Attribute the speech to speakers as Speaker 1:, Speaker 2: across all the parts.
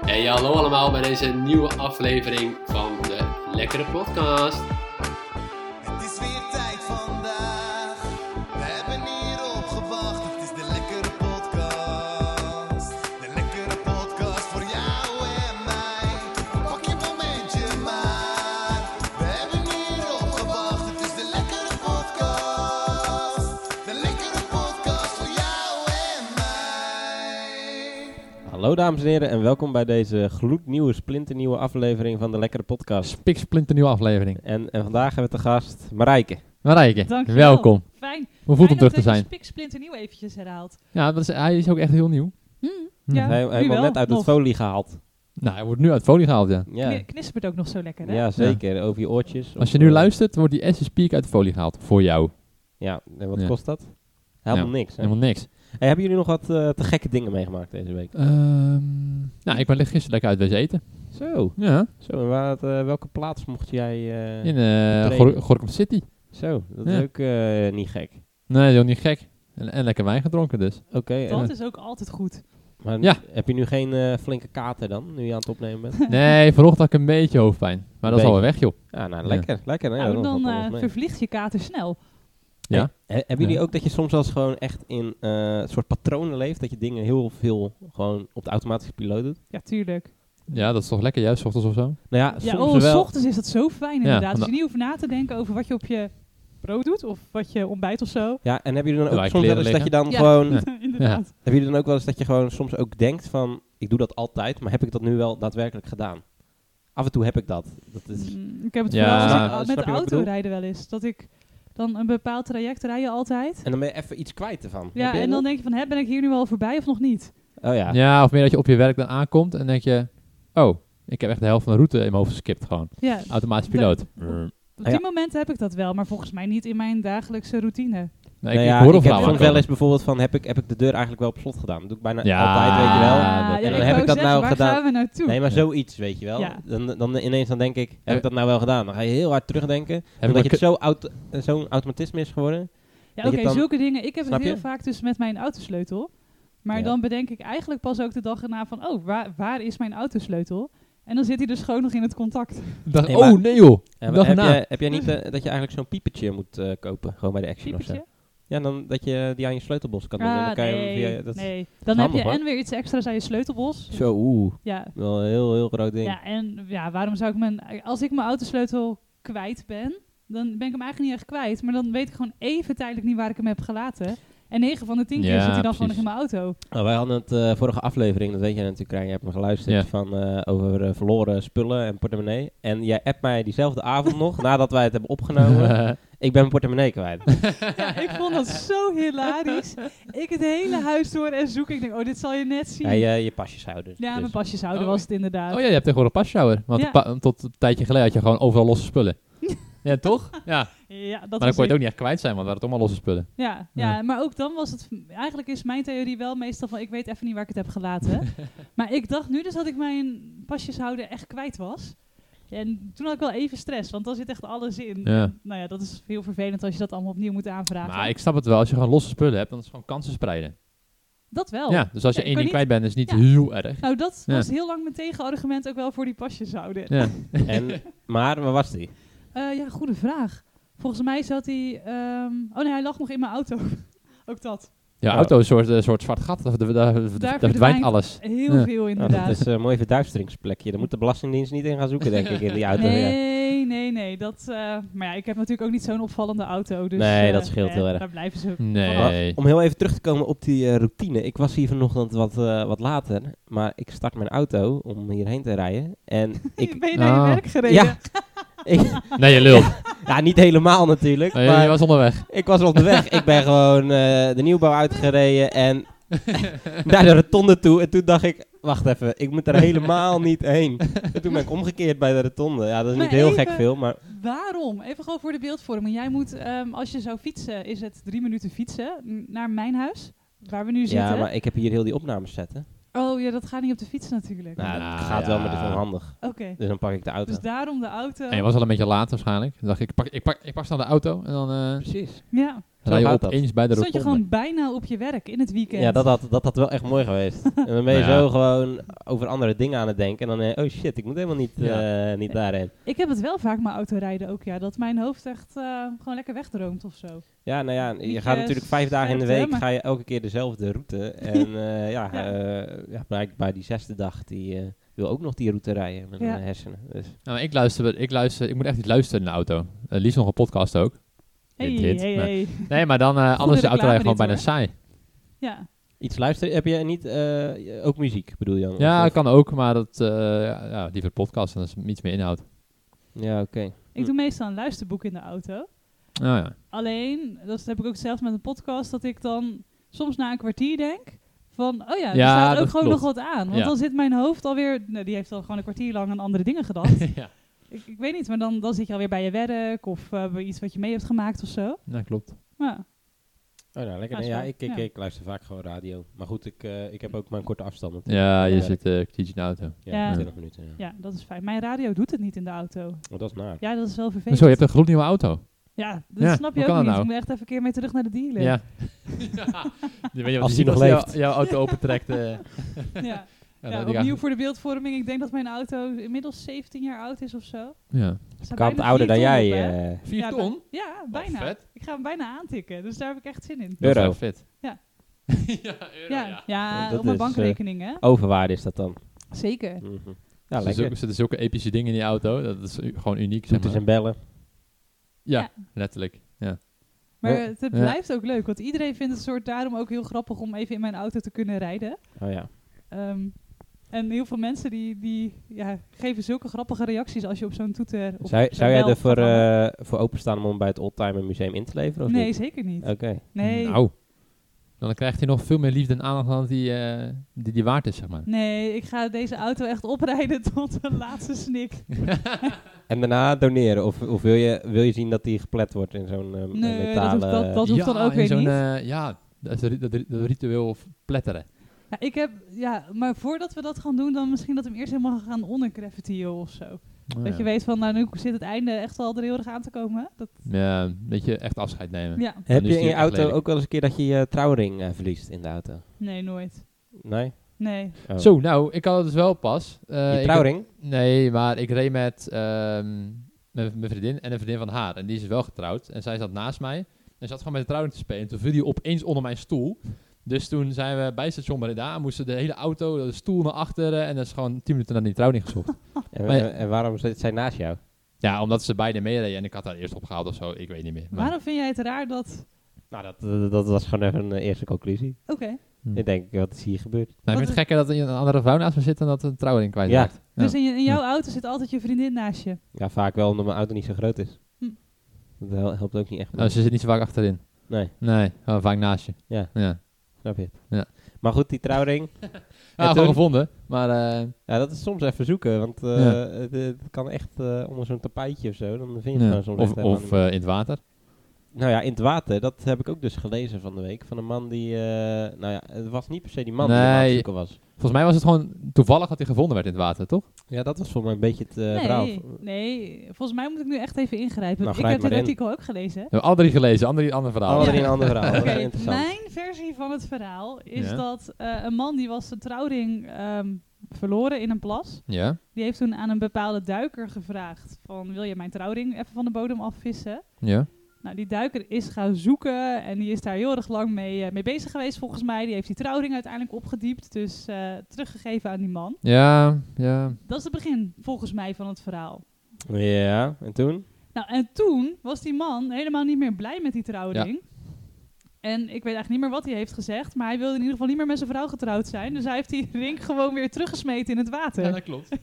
Speaker 1: Hey, hallo allemaal bij deze nieuwe aflevering van de Lekkere Podcast.
Speaker 2: Het is weer tijd vandaag. We hebben hierop gewacht. Het is de lekkere podcast. De lekkere podcast voor jou en mij. Pak je momentje maar. We hebben hierop gewacht. Het is de lekkere podcast. De lekkere podcast voor jou en mij.
Speaker 3: Hallo dames en heren en welkom bij deze gloednieuwe, splinternieuwe aflevering van de Lekkere Podcast.
Speaker 4: Spiksplinter nieuwe aflevering.
Speaker 3: En, en vandaag hebben we te gast
Speaker 5: Oh,
Speaker 3: Marijke.
Speaker 4: Marijke,
Speaker 5: Dankjewel.
Speaker 4: welkom.
Speaker 5: Fijn.
Speaker 4: Hoe voelt het
Speaker 5: Fijn dat
Speaker 4: terug te
Speaker 5: dat je
Speaker 4: zijn?
Speaker 5: Spiksplinter nieuw eventjes herhaalt.
Speaker 4: Ja, dat is, hij is ook echt heel nieuw. Hmm.
Speaker 5: Ja,
Speaker 3: hij hij
Speaker 5: nu
Speaker 3: wordt
Speaker 5: wel,
Speaker 3: net uit
Speaker 5: nog.
Speaker 3: het folie gehaald.
Speaker 4: Nou, hij wordt nu uit folie gehaald, ja.
Speaker 3: Ja,
Speaker 5: Kni- Knispert ook nog zo lekker, hè?
Speaker 3: ja zeker. Over je oortjes.
Speaker 4: Als
Speaker 3: Of,
Speaker 4: je nu
Speaker 3: eh,
Speaker 4: luistert, wordt die SS Peak uit de folie gehaald. Voor jou.
Speaker 3: Ja, en wat
Speaker 4: Ja.
Speaker 3: kost dat? Helemaal
Speaker 4: Ja.
Speaker 3: niks. Hè?
Speaker 4: Helemaal niks.
Speaker 3: Hey, hebben jullie nog wat eh, te gekke dingen meegemaakt deze week?
Speaker 4: Ehm, nou, ik ben gisteren lekker uit wees eten.
Speaker 3: Zo,
Speaker 4: Ja.
Speaker 3: zo en waar, eh, welke plaats mocht jij... eh,
Speaker 4: In eh
Speaker 3: Treden.
Speaker 4: Gor- Gorkum City.
Speaker 3: Zo, dat
Speaker 4: Ja.
Speaker 3: is ook eh, niet gek.
Speaker 4: Nee, heel niet gek. En, en lekker wijn gedronken dus.
Speaker 3: Oké, en-
Speaker 5: Dat is ook altijd goed.
Speaker 3: maar
Speaker 4: Ja.
Speaker 3: heb je nu geen eh, flinke kater dan, nu je aan het opnemen bent?
Speaker 4: Nee, vanochtend had ik een beetje hoofdpijn. Maar dat is
Speaker 3: Beetje.
Speaker 4: alweer weg, joh.
Speaker 3: ja, nou lekker, lekker. hè,
Speaker 5: nou,
Speaker 3: dat
Speaker 5: dan
Speaker 3: valt
Speaker 5: eh,
Speaker 3: alles mee.
Speaker 5: vervliegt je kater snel.
Speaker 4: Ja.
Speaker 3: Hey, he- hebben jullie
Speaker 4: Ja.
Speaker 3: ook dat je soms als gewoon echt in eh, een soort patronen leeft? Dat je dingen heel veel gewoon op de automatische piloot doet?
Speaker 5: Ja, tuurlijk.
Speaker 4: Ja, dat is toch lekker, juist, 's ochtends of zo.
Speaker 3: Nou ja,
Speaker 5: Ja,
Speaker 3: soms
Speaker 5: oh, s
Speaker 3: wel.
Speaker 5: ochtends is dat zo fijn inderdaad.
Speaker 4: want
Speaker 5: Als je
Speaker 4: dan-
Speaker 5: niet hoeft na te denken over wat je op je brood doet of wat je ontbijt of zo.
Speaker 3: Ja, en hebben jullie dan ook
Speaker 4: Lijkt
Speaker 3: soms wel eens
Speaker 4: kleren
Speaker 3: dat je dan
Speaker 5: Ja.
Speaker 3: gewoon...
Speaker 4: Ja.
Speaker 5: inderdaad.
Speaker 3: Hebben jullie dan ook wel eens dat je gewoon soms ook denkt van... Ik doe dat altijd, maar heb ik dat nu wel daadwerkelijk gedaan? Af en toe heb ik dat. Dat is...
Speaker 5: Mm, Ik heb het
Speaker 4: dus- Ja,
Speaker 5: vooral
Speaker 3: snap
Speaker 5: als
Speaker 3: je
Speaker 5: ik
Speaker 3: wat
Speaker 5: met
Speaker 3: ik
Speaker 5: de auto
Speaker 3: bedoel?
Speaker 5: rijden wel eens. Dat ik dan een bepaald traject rij je altijd.
Speaker 3: En dan ben je even iets kwijt ervan.
Speaker 5: Ja,
Speaker 3: Heb jij
Speaker 5: en dan
Speaker 3: dat?
Speaker 5: denk je van, hè, ben ik hier nu al voorbij of nog niet?
Speaker 3: Oh ja.
Speaker 4: Ja. of meer dat je op je werk dan aankomt en denk je... Oh, ik heb echt de helft van de route in mijn hoofd geskipt gewoon.
Speaker 5: Ja,
Speaker 4: Automatisch
Speaker 5: Da-
Speaker 4: piloot.
Speaker 5: op
Speaker 3: Ah, Ja.
Speaker 5: die momenten heb ik dat wel, maar volgens mij niet in mijn dagelijkse routine.
Speaker 4: Nee,
Speaker 3: Nou
Speaker 4: ik,
Speaker 3: ja,
Speaker 4: ik hoor
Speaker 3: ik
Speaker 4: al
Speaker 3: heb
Speaker 4: verhalen
Speaker 3: soms wel
Speaker 4: komen.
Speaker 3: eens bijvoorbeeld van... Heb ik, heb ik de deur eigenlijk wel op slot gedaan? Dat doe ik bijna
Speaker 4: Ja.
Speaker 3: altijd, weet je wel.
Speaker 4: Ah,
Speaker 5: ja,
Speaker 4: dat-
Speaker 5: ik
Speaker 4: dan
Speaker 5: wou
Speaker 3: heb ik dat
Speaker 5: zeggen,
Speaker 3: nou
Speaker 5: waar
Speaker 3: gedaan.
Speaker 5: gaan we naartoe?
Speaker 3: Nee, maar
Speaker 4: Ja.
Speaker 3: zoiets, weet je wel.
Speaker 5: Ja.
Speaker 3: Dan, dan ineens dan denk ik, heb
Speaker 4: Heb-
Speaker 3: ik dat nou wel gedaan? Dan ga je heel hard terugdenken.
Speaker 4: Heb ik
Speaker 3: omdat je
Speaker 4: maar ke-
Speaker 3: het zo auto- eh, zo'n automatisme is geworden.
Speaker 5: ja,
Speaker 3: dat
Speaker 5: oké,
Speaker 3: je dan-
Speaker 5: zulke dingen. Ik heb het
Speaker 3: Snap je?
Speaker 5: heel vaak dus met mijn autosleutel. Maar
Speaker 3: Ja.
Speaker 5: dan bedenk ik eigenlijk pas ook de dag erna van, oh, waar, waar is mijn autosleutel? En dan zit hij dus gewoon nog in het contact.
Speaker 4: Dacht,
Speaker 3: Nee,
Speaker 4: oh
Speaker 3: maar-
Speaker 4: nee joh.
Speaker 3: En
Speaker 4: Dag
Speaker 3: heb,
Speaker 4: erna.
Speaker 3: jij, heb jij niet eh, dat je eigenlijk zo'n piepertje moet eh, kopen? Gewoon bij de Action of
Speaker 5: Typetje.
Speaker 3: zo. Ja, dan, dat je die aan je sleutelbos kan doen. en
Speaker 5: Ah,
Speaker 3: dan kan
Speaker 5: nee,
Speaker 3: je hem via, dat
Speaker 5: nee. Dan
Speaker 3: handig,
Speaker 5: heb je
Speaker 3: hoor.
Speaker 5: en weer iets extra's aan je sleutelbos.
Speaker 3: Zo, oeh.
Speaker 5: Ja.
Speaker 3: Wel een heel, heel groot ding.
Speaker 5: ja, en ja, waarom zou ik mijn... Als ik mijn autosleutel kwijt ben, dan ben ik hem eigenlijk niet echt kwijt. Maar dan weet ik gewoon even tijdelijk niet waar ik hem heb gelaten. En 9 van de 10 keer
Speaker 4: Ja,
Speaker 5: zit hij dan gewoon nog
Speaker 4: precies.
Speaker 5: in mijn auto.
Speaker 3: Nou, wij hadden het eh, vorige aflevering, dat weet jij natuurlijk, Krijn, je hebt me geluisterd,
Speaker 4: Ja.
Speaker 3: van, eh, over eh, verloren spullen en portemonnee. En jij appt mij diezelfde avond nog, nadat wij het hebben opgenomen, ik ben mijn portemonnee kwijt.
Speaker 5: Ja, ik vond dat zo hilarisch. Ik het hele huis door en zoek. Ik denk, oh, dit zal je net zien.
Speaker 3: Ja,
Speaker 5: Ja,
Speaker 3: je, je pasjes houden. dus.
Speaker 5: mijn pasjes houden
Speaker 4: Oh,
Speaker 5: was het inderdaad.
Speaker 4: oh ja, je hebt tegenwoordig een pashouder. Want
Speaker 5: Ja.
Speaker 4: pa- tot een tijdje geleden had je gewoon overal losse spullen. ja, toch? Ja,
Speaker 5: Ja, dat
Speaker 4: maar dan kon
Speaker 5: was
Speaker 4: je het
Speaker 5: ik.
Speaker 4: ook niet echt kwijt zijn, want we hadden het allemaal losse spullen.
Speaker 5: Ja, ja, maar ook dan was het... Eigenlijk is mijn theorie wel meestal van... Ik weet even niet waar ik het heb gelaten. maar ik dacht nu dus dat ik mijn pasjeshouder echt kwijt was. En toen had ik wel even stress, want dan zit echt alles in.
Speaker 4: Ja.
Speaker 5: En, nou ja, dat is heel vervelend als je dat allemaal opnieuw moet aanvragen.
Speaker 4: Maar ik snap het wel, als je gewoon losse spullen hebt, dan is het gewoon kansen spreiden.
Speaker 5: Dat wel.
Speaker 4: Ja, dus als je
Speaker 5: Oh.
Speaker 4: één
Speaker 5: Ja, kan
Speaker 4: ding
Speaker 5: niet-
Speaker 4: kwijt bent, is het niet
Speaker 5: Ja.
Speaker 4: heel erg.
Speaker 5: Nou, dat
Speaker 4: Ja.
Speaker 5: was heel lang mijn tegenargument ook wel voor die pasjeshouder.
Speaker 4: Ja.
Speaker 3: En, maar, waar was die? Oh,
Speaker 5: Eh, ja, goede vraag. Volgens mij zat hij. ehm, oh nee, hij lag nog in mijn auto. Ook dat.
Speaker 4: ja,
Speaker 3: Ja.
Speaker 4: auto is een soort, eh, soort zwart gat, daar, daar, daar- daar verdwijnt
Speaker 5: verdwijnt-
Speaker 4: alles.
Speaker 5: Heel
Speaker 4: Ja.
Speaker 5: veel
Speaker 3: Nou,
Speaker 5: inderdaad.
Speaker 3: dat is een mooi verduisteringsplekje. Daar moet de Belastingdienst niet in gaan zoeken, denk ik, in die auto. Ja.
Speaker 5: nee, nee, nee. Dat, eh, maar ja, ik heb natuurlijk ook niet zo'n opvallende auto. Dus,
Speaker 3: Nee,
Speaker 5: eh,
Speaker 3: dat scheelt
Speaker 5: eh,
Speaker 3: heel erg.
Speaker 5: Daar blijven ze.
Speaker 4: Nee.
Speaker 3: Om heel even terug te komen op die eh, routine. Ik was hier vanochtend wat, eh, wat later, maar ik start mijn auto om hierheen te rijden. En ik...
Speaker 5: ben je naar
Speaker 4: Ah.
Speaker 5: je werk gereden?
Speaker 3: ja, ik,
Speaker 4: Nee, je lult.
Speaker 3: ja, niet helemaal natuurlijk,
Speaker 4: Nee,
Speaker 3: maar
Speaker 4: je was onderweg.
Speaker 3: ik was onderweg. ik ben gewoon eh, de nieuwbouw uitgereden en naar de rotonde toe. En toen dacht ik, wacht even, ik moet er helemaal niet heen. En toen ben ik omgekeerd bij de rotonde. Ja, dat is
Speaker 5: Maar
Speaker 3: niet heel
Speaker 5: even-
Speaker 3: gek veel, maar...
Speaker 5: Waarom? Even gewoon voor de beeldvorming. Jij moet, ehm, als je zou fietsen, is het drie minuten fietsen n- naar mijn huis. Waar we nu
Speaker 3: Ja,
Speaker 5: zitten.
Speaker 3: maar ik heb hier heel die opnames zetten.
Speaker 5: Oh ja, dat gaat niet op de fiets natuurlijk.
Speaker 3: Nou,
Speaker 4: Nou,
Speaker 3: dat gaat wel, maar dat is
Speaker 4: ja.
Speaker 3: onhandig.
Speaker 5: Oké.
Speaker 3: Dus dan pak ik de auto.
Speaker 5: Dus daarom de auto.
Speaker 4: En je was al een beetje laat waarschijnlijk. Dan dacht ik, ik pak, ik pak, ik pak snel de auto en dan... eh,
Speaker 3: Precies.
Speaker 5: Ja.
Speaker 4: Rij je
Speaker 3: gaat dat.
Speaker 4: opeens bij de
Speaker 5: Zat je
Speaker 4: rotonde.
Speaker 5: gewoon bijna op je werk in het weekend.
Speaker 3: Ja, dat had, dat had wel echt mooi geweest. en dan ben je
Speaker 4: Nou ja.
Speaker 3: zo gewoon over andere dingen aan het denken. En dan, eh, oh shit, ik moet helemaal niet,
Speaker 4: Ja.
Speaker 3: eh, niet daarheen.
Speaker 5: Ik heb het wel vaak maar autorijden ook, ja. Dat mijn hoofd echt eh, gewoon lekker wegdroomt of zo.
Speaker 3: Ja, nou ja, je
Speaker 5: Niet,
Speaker 3: gaat
Speaker 5: eh,
Speaker 3: natuurlijk vijf dagen in de
Speaker 5: scherpte,
Speaker 3: week,
Speaker 5: maar-
Speaker 3: ga je elke keer dezelfde route. En eh, ja,
Speaker 5: Ja.
Speaker 3: eh, ja, blijkbaar die zesde dag, die eh, wil ook nog die route rijden met
Speaker 5: Ja.
Speaker 3: mijn hersenen. Dus
Speaker 4: Nou, ik luister, wel- ik luister, ik moet echt niet luisteren in de auto. Eh liefst nog een podcast ook.
Speaker 5: Hey,
Speaker 4: Hit, hit.
Speaker 5: hey,
Speaker 4: Maar-
Speaker 5: hey.
Speaker 4: Nee, maar dan eh, anders is de
Speaker 5: reclame
Speaker 4: autorij gewoon
Speaker 5: dit,
Speaker 4: bijna
Speaker 5: hoor.
Speaker 4: saai.
Speaker 5: Ja.
Speaker 3: iets luisteren, heb je niet, eh, ook muziek bedoel je dan?
Speaker 4: Ja,
Speaker 3: Of-
Speaker 4: kan ook, maar dat, eh ja, ja, liever podcast, dan is iets meer inhoud.
Speaker 3: Ja, oké.
Speaker 5: Ik
Speaker 4: Hm.
Speaker 5: doe meestal een luisterboek in de auto.
Speaker 4: Nou ja.
Speaker 5: Alleen, dat heb ik ook zelf met een podcast, dat ik dan soms na een kwartier denk van, oh ja, er
Speaker 4: Ja,
Speaker 5: staat ook
Speaker 4: dat
Speaker 5: gewoon
Speaker 4: klopt.
Speaker 5: nog wat aan. Want
Speaker 4: Ja.
Speaker 5: dan zit mijn hoofd alweer, nou, die heeft al gewoon een kwartier lang aan andere dingen gedacht.
Speaker 4: ja,
Speaker 5: ik, ik weet niet, maar dan, dan zit je alweer bij je werk of eh, bij iets wat je mee hebt gemaakt of zo.
Speaker 4: dat klopt.
Speaker 5: Maar,
Speaker 3: Oh, nou, lekker.
Speaker 5: Ah, is
Speaker 3: ja,
Speaker 5: wel-
Speaker 3: ik, ik,
Speaker 5: ja.
Speaker 3: ik luister vaak gewoon radio. Maar goed, ik, eh, ik heb ook mijn korte afstanden.
Speaker 4: Ja, je
Speaker 3: Ja.
Speaker 4: zit eh kritisch in de auto.
Speaker 5: Ja.
Speaker 3: 20 minuten. Ja.
Speaker 5: ja, dat is fijn. Mijn radio doet het niet in de auto.
Speaker 3: Oh, dat is naar.
Speaker 5: Ja, dat is wel vervelend.
Speaker 4: Zo, je hebt een gloednieuwe auto.
Speaker 5: Ja, dat
Speaker 4: Ja,
Speaker 5: snap
Speaker 4: hoe
Speaker 5: je
Speaker 4: kan dat
Speaker 5: ook niet.
Speaker 4: nou?
Speaker 5: Ik moet echt even een keer mee terug naar de dealer.
Speaker 4: Ja. ja. Je weet je wat
Speaker 3: Als
Speaker 4: die
Speaker 3: die nog
Speaker 4: jou-
Speaker 3: leeft.
Speaker 4: jouw auto opentrekt. eh, ja,
Speaker 5: ja.
Speaker 4: dan
Speaker 5: Ja,
Speaker 4: die
Speaker 5: opnieuw
Speaker 4: gaat-
Speaker 5: voor de beeldvorming. Ik denk dat mijn auto inmiddels 17 jaar oud is of zo.
Speaker 4: Ja.
Speaker 5: Er staat
Speaker 3: Kamp
Speaker 5: bijna
Speaker 3: ouder dan
Speaker 5: vier ton
Speaker 3: jij.
Speaker 5: op, hè?
Speaker 3: eh
Speaker 4: Vier
Speaker 5: Ja,
Speaker 4: ton? Dat
Speaker 5: bij- ja, bijna.
Speaker 4: vet.
Speaker 5: Ik ga hem bijna aantikken, dus daar heb ik echt zin in.
Speaker 4: is
Speaker 3: Euro.
Speaker 4: wel vet.
Speaker 5: Ja.
Speaker 4: ja, euro,
Speaker 5: Ja,
Speaker 4: ja.
Speaker 5: ja,
Speaker 3: Ja, dat
Speaker 5: op mijn
Speaker 3: is, eh,
Speaker 5: bankrekening, hè?
Speaker 3: overwaarde is dat dan.
Speaker 5: Zeker.
Speaker 3: Mhm. Ja,
Speaker 4: er
Speaker 3: lekker.
Speaker 4: zitten zulke, epische dingen in die auto. Dat is u- gewoon uniek, zeg
Speaker 3: Toeters
Speaker 4: maar.
Speaker 3: en bellen.
Speaker 4: Ja,
Speaker 5: Ja.
Speaker 4: letterlijk. Ja.
Speaker 5: Maar
Speaker 3: Ja.
Speaker 5: het, het
Speaker 4: Ja.
Speaker 5: blijft ook leuk, want iedereen vindt het soort daarom ook heel grappig om even in mijn auto te kunnen rijden.
Speaker 3: Oh ja.
Speaker 5: Ehm, en heel veel mensen die, die ja, geven zulke grappige reacties als je op zo'n toeter... Of
Speaker 3: Zou,
Speaker 5: zo'n
Speaker 3: zou jij
Speaker 5: bel
Speaker 3: ervoor
Speaker 5: gaat hangen.
Speaker 3: eh voor openstaan om bij het Oldtimer Museum in te leveren? Of
Speaker 5: Nee,
Speaker 3: niet? Eh,
Speaker 5: zeker niet.
Speaker 3: Oké.
Speaker 5: Nee.
Speaker 4: Nou, dan krijgt hij nog veel meer liefde en aandacht dan die, eh, die, die waard is, zeg maar.
Speaker 5: Nee, ik ga deze auto echt oprijden tot de laatste snik.
Speaker 3: En daarna doneren? Of, of wil, je, wil je zien dat die geplet wordt in zo'n eh,
Speaker 5: Nee, dat
Speaker 3: metalen...
Speaker 5: hoeft- dat- dat- hoeft
Speaker 4: ja,
Speaker 5: dan ook
Speaker 4: in
Speaker 5: weer
Speaker 4: zo'n,
Speaker 5: niet.
Speaker 4: eh, ja, dat, is ri- dat, ri- dat ritueel pletteren.
Speaker 5: Ja, Nou, ik heb, ja, maar voordat we dat gaan doen, dan misschien dat we hem eerst helemaal gaan ondergraffitiën of zo.
Speaker 4: Oh,
Speaker 5: dat
Speaker 4: ja.
Speaker 5: je weet van, nou nu zit het einde echt al er heel erg aan te komen. Dat,
Speaker 4: Ja, dat je echt afscheid nemen.
Speaker 5: ja,
Speaker 3: Heb
Speaker 4: Dan is
Speaker 3: je in
Speaker 4: die
Speaker 3: je
Speaker 4: echt
Speaker 3: auto
Speaker 4: lelijk.
Speaker 3: ook wel eens een keer dat je je trouwring eh, verliest in de auto?
Speaker 5: nee, nooit.
Speaker 3: Nee?
Speaker 5: Nee.
Speaker 3: Oh.
Speaker 4: Zo, nou, ik had het dus wel pas. Eh,
Speaker 3: je
Speaker 4: ik
Speaker 3: trouwring?
Speaker 4: heb- nee, maar ik reed met ehm, met mijn vriendin en een vriendin van haar. En die is dus wel getrouwd. En zij zat naast mij. En zat gewoon met de trouwring te spelen. En toen viel die opeens onder mijn stoel. Dus toen zijn we bij station Breda. Moesten de hele auto, de stoel naar achteren. En dat is gewoon tien minuten naar die trouwring gezocht.
Speaker 3: En,
Speaker 4: Maar ja.
Speaker 3: en waarom zit zij naast jou?
Speaker 4: ja, omdat ze beide meereden. En ik had haar eerst opgehaald of zo. Ik weet niet meer. Maar-
Speaker 5: Waarom vind jij het raar dat...
Speaker 3: Nou, dat, dat, dat was gewoon even een eh, eerste conclusie.
Speaker 5: Oké.
Speaker 4: Hm.
Speaker 3: Ik denk, wat is hier gebeurd?
Speaker 4: Nou, ik vind het gekker dat er een andere vrouw naast me zit en dat een trouwring kwijtraakt. Ja.
Speaker 5: Dus in, je- in jouw auto zit altijd je vriendin naast je.
Speaker 3: Ja, vaak wel, omdat mijn auto niet zo groot is.
Speaker 5: Hm.
Speaker 3: Dat hel- helpt ook niet echt.
Speaker 4: Nou, ze zit niet zo vaak achterin.
Speaker 3: Nee,
Speaker 4: Nee, gewoon vaak naast je.
Speaker 3: Ja.
Speaker 4: ja.
Speaker 3: snap je het.
Speaker 4: Ja.
Speaker 3: Maar goed, die trouwring,
Speaker 4: Ah,
Speaker 3: toen?
Speaker 4: gewoon gevonden. Maar eh,
Speaker 3: ja, dat is soms even zoeken. Want eh,
Speaker 4: Ja.
Speaker 3: het, het kan echt eh, onder zo'n tapijtje of zo. Dan vind je het
Speaker 4: ja.
Speaker 3: gewoon soms
Speaker 4: Of,
Speaker 3: echt helemaal
Speaker 4: of
Speaker 3: niet meer.
Speaker 4: eh, in het water.
Speaker 3: Nou ja, in het water, dat heb ik ook dus gelezen van de week. Van een man die, eh, nou ja, het was niet per se die man die aan het
Speaker 4: Nee.
Speaker 3: zoeken was.
Speaker 4: Volgens mij was het gewoon toevallig dat hij gevonden werd in het water, toch?
Speaker 3: Ja, dat was voor mij een beetje het eh, verhaal.
Speaker 5: nee, nee, volgens mij moet ik nu echt even ingrijpen.
Speaker 3: Nou,
Speaker 5: want ik
Speaker 3: grijp
Speaker 5: heb dit
Speaker 3: maar in.
Speaker 5: artikel ook gelezen.
Speaker 4: We hebben alle drie gelezen, andere ander verhaal.
Speaker 3: Allemaal in een ander verhaal, Oh, dat
Speaker 5: Oké,
Speaker 3: is interessant.
Speaker 5: mijn versie van het verhaal is
Speaker 4: Ja.
Speaker 5: dat eh, een man die was zijn trouwring ehm, verloren in een plas.
Speaker 4: Ja.
Speaker 5: Die heeft toen aan een bepaalde duiker gevraagd van wil je mijn trouwring even van de bodem afvissen?
Speaker 4: Ja.
Speaker 5: Nou, die duiker is gaan zoeken en die is daar heel erg lang mee, eh, mee bezig geweest volgens mij. Die heeft die trouwring uiteindelijk opgediept, dus eh, teruggegeven aan die man.
Speaker 4: Ja, ja.
Speaker 5: Dat is het begin volgens mij van het verhaal.
Speaker 3: Ja, en toen?
Speaker 5: Nou, en toen was die man helemaal niet meer blij met die trouwring. En ik weet eigenlijk niet meer wat hij heeft gezegd, maar hij wilde in ieder geval niet meer met zijn vrouw getrouwd zijn. Dus hij heeft die ring gewoon weer teruggesmeten in het water.
Speaker 4: klopt.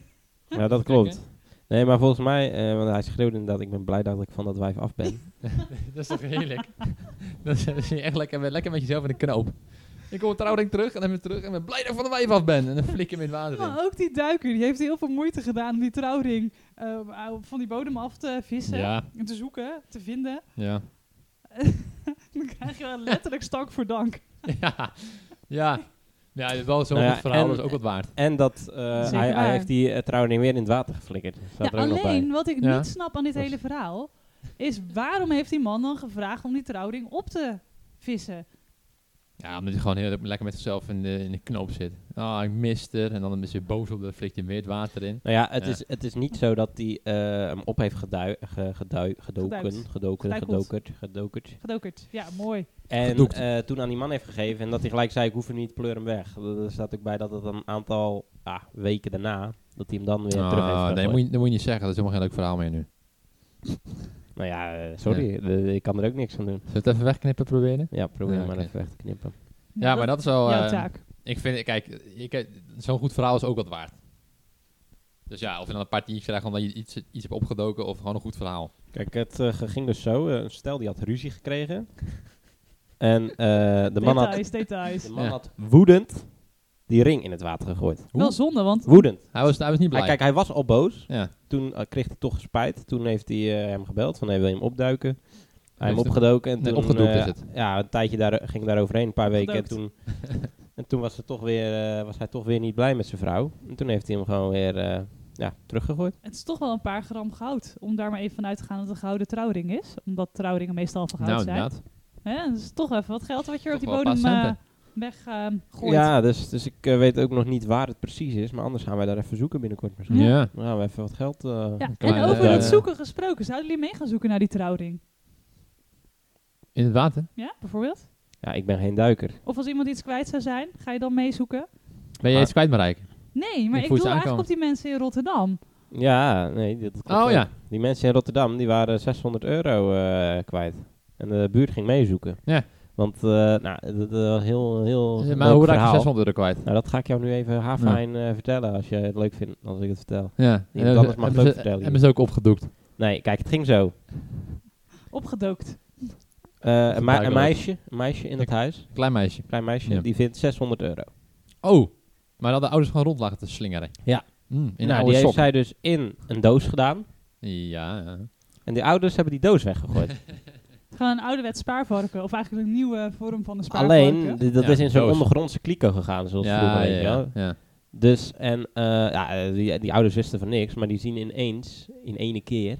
Speaker 3: Ja, dat klopt. Nee, maar volgens mij, eh, want hij schreeuwde inderdaad, ik ben blij dat ik van dat wijf af ben.
Speaker 4: dat is toch heerlijk? dat is je echt lekker, lekker met jezelf in de knoop. Ik kom trouwring terug en dan weer terug en ben blij dat ik van de wijf af ben. En dan flik hem in het water
Speaker 3: Oh,
Speaker 5: Maar Oh, ook die duiker, die heeft heel veel moeite gedaan om die trouwring eh, van die bodem af te vissen.
Speaker 4: Ja,
Speaker 5: En te zoeken, te vinden.
Speaker 4: ja.
Speaker 5: Dan krijg je wel letterlijk stank voor dank.
Speaker 4: ja. Ja. Ja, het is wel zo'n
Speaker 3: Nou ja,
Speaker 4: goed verhaal,
Speaker 3: en-
Speaker 4: dat is ook wat waard.
Speaker 3: En dat eh, hij, hij
Speaker 5: waar.
Speaker 3: heeft die eh, trouwring weer in het water geflikkerd. Staat
Speaker 5: Ja,
Speaker 3: er ook nog bij.
Speaker 5: alleen wat ik
Speaker 4: Ja.
Speaker 5: niet snap aan dit
Speaker 3: Dat is-
Speaker 5: hele verhaal. is waarom heeft die man dan gevraagd om die trouwring op te vissen?
Speaker 4: Ja, omdat hij gewoon heel lekker met zichzelf in de, in de knoop zit. Ah, ik mist er. En dan is hij boos op, dan flikt hij weer het water in.
Speaker 3: Nou ja, het,
Speaker 4: Ja.
Speaker 3: Is, het is niet zo dat hij eh, hem op heeft gedui, ge- gedui- gedoken,
Speaker 5: Geduikt.
Speaker 3: gedoken,
Speaker 5: Geduikeld.
Speaker 3: gedokerd, gedokerd.
Speaker 5: Gedokerd. Ja, mooi.
Speaker 3: En
Speaker 4: Gedoekt.
Speaker 3: eh, toen aan die man heeft gegeven en dat hij gelijk zei, ik hoef hem niet, pleur hem weg. Er staat ook bij dat het een aantal ah, weken daarna, dat hij hem dan weer terug heeft
Speaker 4: Ah, nee,
Speaker 3: gegooid.
Speaker 4: moet je, dat moet je niet zeggen. Dat is helemaal geen leuk verhaal meer nu.
Speaker 3: Nou ja, eh, sorry, eh, ik kan er ook niks aan doen.
Speaker 4: Zullen we het even wegknippen proberen?
Speaker 3: Ja, probeer
Speaker 4: Ja,
Speaker 3: maar
Speaker 4: oké.
Speaker 3: even weg te knippen.
Speaker 4: Ja, maar dat is wel...
Speaker 5: Jouw
Speaker 4: eh,
Speaker 5: taak.
Speaker 4: ik vind, kijk, je kijkt- zo'n goed verhaal is ook wat waard. Dus ja, of je dan een paar tientjes krijgt omdat je iets, iets hebt opgedoken of gewoon een goed verhaal.
Speaker 3: Kijk, het eh, ging dus zo. eh, een stel die had ruzie gekregen. En eh, de man, had,
Speaker 5: Details, details.
Speaker 3: de man
Speaker 4: Ja.
Speaker 3: had woedend die ring in het water gegooid.
Speaker 4: Hoe?
Speaker 5: Wel zonde, want
Speaker 3: Woedend.
Speaker 4: Hij was, hij was niet blij.
Speaker 3: Hij, Ah, kijk, hij was al boos.
Speaker 4: ja.
Speaker 3: Toen eh, kreeg hij toch spijt. Toen heeft hij eh, hem gebeld van, hey, wil je hem opduiken? Hij
Speaker 4: heeft
Speaker 3: hem
Speaker 4: hem-
Speaker 3: opgedoken. En
Speaker 4: nee,
Speaker 3: toen,
Speaker 4: opgedoekt
Speaker 3: eh,
Speaker 4: is het.
Speaker 3: Ja, een tijdje daar, ging daar overheen, een paar weken. En toen,
Speaker 5: Gedoekt.
Speaker 3: en toen was, ze toch weer, eh, was hij toch weer niet blij met zijn vrouw. En toen heeft hij hem gewoon weer eh, ja, teruggegooid.
Speaker 5: het is toch wel een paar gram goud. Om daar maar even vanuit te gaan dat het een gouden trouwring is. Omdat trouwringen meestal van goud
Speaker 4: Nou,
Speaker 5: zijn.
Speaker 4: inderdaad.
Speaker 5: Hè, dat is toch even wat geld wat je er op die
Speaker 4: Toch wel een
Speaker 5: bodem
Speaker 4: paar
Speaker 5: eh,
Speaker 4: centen.
Speaker 5: weg ehm, gooit.
Speaker 3: Ja, dus, dus ik eh, weet ook nog niet waar het precies is. Maar anders gaan wij daar even zoeken binnenkort misschien.
Speaker 4: Ja.
Speaker 5: Ja.
Speaker 3: Dan gaan Nou, we even wat geld... eh,
Speaker 5: Ja,
Speaker 4: Kan
Speaker 5: en
Speaker 4: je,
Speaker 5: over
Speaker 3: eh,
Speaker 5: het zoeken gesproken. Zouden jullie mee gaan zoeken naar die trouwring?
Speaker 4: In het water.
Speaker 5: Ja, bijvoorbeeld?
Speaker 3: Ja, ik ben geen duiker.
Speaker 5: Of als iemand iets kwijt zou zijn, ga je dan meezoeken?
Speaker 4: Ben je
Speaker 3: Ah.
Speaker 4: iets kwijt, Marijke?
Speaker 5: Nee, maar
Speaker 4: Je voelt
Speaker 5: ik doe
Speaker 4: ze
Speaker 5: eigenlijk
Speaker 4: aankomen.
Speaker 5: op die mensen in Rotterdam.
Speaker 3: Ja, nee, dat klopt
Speaker 4: Oh
Speaker 3: ook.
Speaker 4: ja.
Speaker 3: Die mensen in Rotterdam, die waren 600 euro eh, kwijt. En de buurt ging meezoeken.
Speaker 4: Ja. Dus,
Speaker 3: Want, eh, nou, dat dat was heel, heel
Speaker 4: Maar
Speaker 3: leuk
Speaker 4: hoe raak je
Speaker 3: verhaal.
Speaker 4: 600 euro kwijt?
Speaker 3: Nou, dat ga ik jou nu even haarfijn eh, vertellen, als je het leuk vindt, als ik het vertel.
Speaker 4: Ja.
Speaker 3: Iemand anders mag het ook
Speaker 4: hebben, ze,
Speaker 3: vertellen hier.
Speaker 4: hebben ze ook opgedoekt.
Speaker 3: Nee, kijk, het ging zo.
Speaker 5: Opgedokt.
Speaker 3: Eh, een, mei-
Speaker 4: Gebruikelijk.
Speaker 3: een meisje, een meisje in het huis,
Speaker 4: Klein meisje.
Speaker 3: een klein meisje,
Speaker 4: Ja.
Speaker 3: die vindt 600 euro.
Speaker 4: Oh. Maar dat de ouders gewoon rond lagen te slingeren.
Speaker 3: Ja.
Speaker 4: Mm, in
Speaker 3: nou,
Speaker 4: oude
Speaker 3: die heeft
Speaker 4: sok.
Speaker 3: zij dus in een doos gedaan.
Speaker 4: Ja. ja.
Speaker 3: En die ouders hebben die doos weggegooid.
Speaker 5: Gewoon een ouderwets spaarvarken. Of eigenlijk een nieuwe vorm van een spaarvarken.
Speaker 3: Alleen, dus d- dat
Speaker 4: Ja,
Speaker 3: is in zo'n
Speaker 4: doos.
Speaker 3: ondergrondse kliko gegaan, zoals vroeger.
Speaker 4: Ja,
Speaker 3: weet je wel.
Speaker 4: ja, ja.
Speaker 3: Dus, en eh, ja, eh, die, die ouders wisten van niks, maar die zien ineens, in ene keer,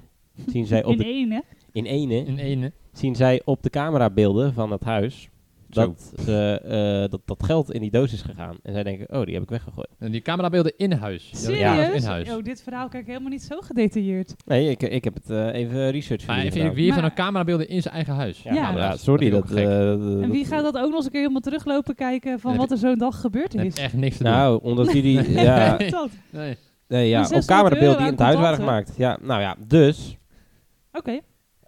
Speaker 3: zien zij op
Speaker 5: In e-
Speaker 3: de,
Speaker 5: één, hè?
Speaker 3: in ene,
Speaker 4: In één.
Speaker 3: zien zij op de camerabeelden van het huis dat, ze, eh, dat dat geld in die doos is gegaan. En zij denken, oh, die heb ik weggegooid.
Speaker 4: En die camerabeelden in huis. Ja, die
Speaker 5: Serieus?
Speaker 4: camera's In huis.
Speaker 5: Oh, dit verhaal kijk ik helemaal niet zo gedetailleerd.
Speaker 3: Nee, ik, ik heb het eh, even research voor jullie
Speaker 4: Maar even eerlijk,
Speaker 3: gedaan.
Speaker 4: wie heeft
Speaker 5: Maar-
Speaker 4: dan camerabeelden in zijn eigen huis?
Speaker 5: Ja.
Speaker 3: nou,
Speaker 5: Ja,
Speaker 4: dat is-
Speaker 3: sorry.
Speaker 4: dat
Speaker 3: Dat,
Speaker 4: vind ik ook
Speaker 3: eh, dat-
Speaker 5: En wie gaat dat ook nog eens een keer helemaal teruglopen kijken van
Speaker 4: Nee,
Speaker 5: wat er zo'n dag gebeurd
Speaker 4: Dat heeft
Speaker 5: is?
Speaker 4: echt niks te
Speaker 3: Nou, omdat jullie ja,
Speaker 5: Wat dat?
Speaker 4: doen. Nee.
Speaker 3: nee, ja,
Speaker 5: Maar
Speaker 3: op
Speaker 5: 600
Speaker 3: camerabeelden
Speaker 5: euro
Speaker 3: die in
Speaker 5: aan
Speaker 3: het huis waren
Speaker 5: contanten.
Speaker 3: gemaakt. Ja, nou ja, dus...
Speaker 5: Oké,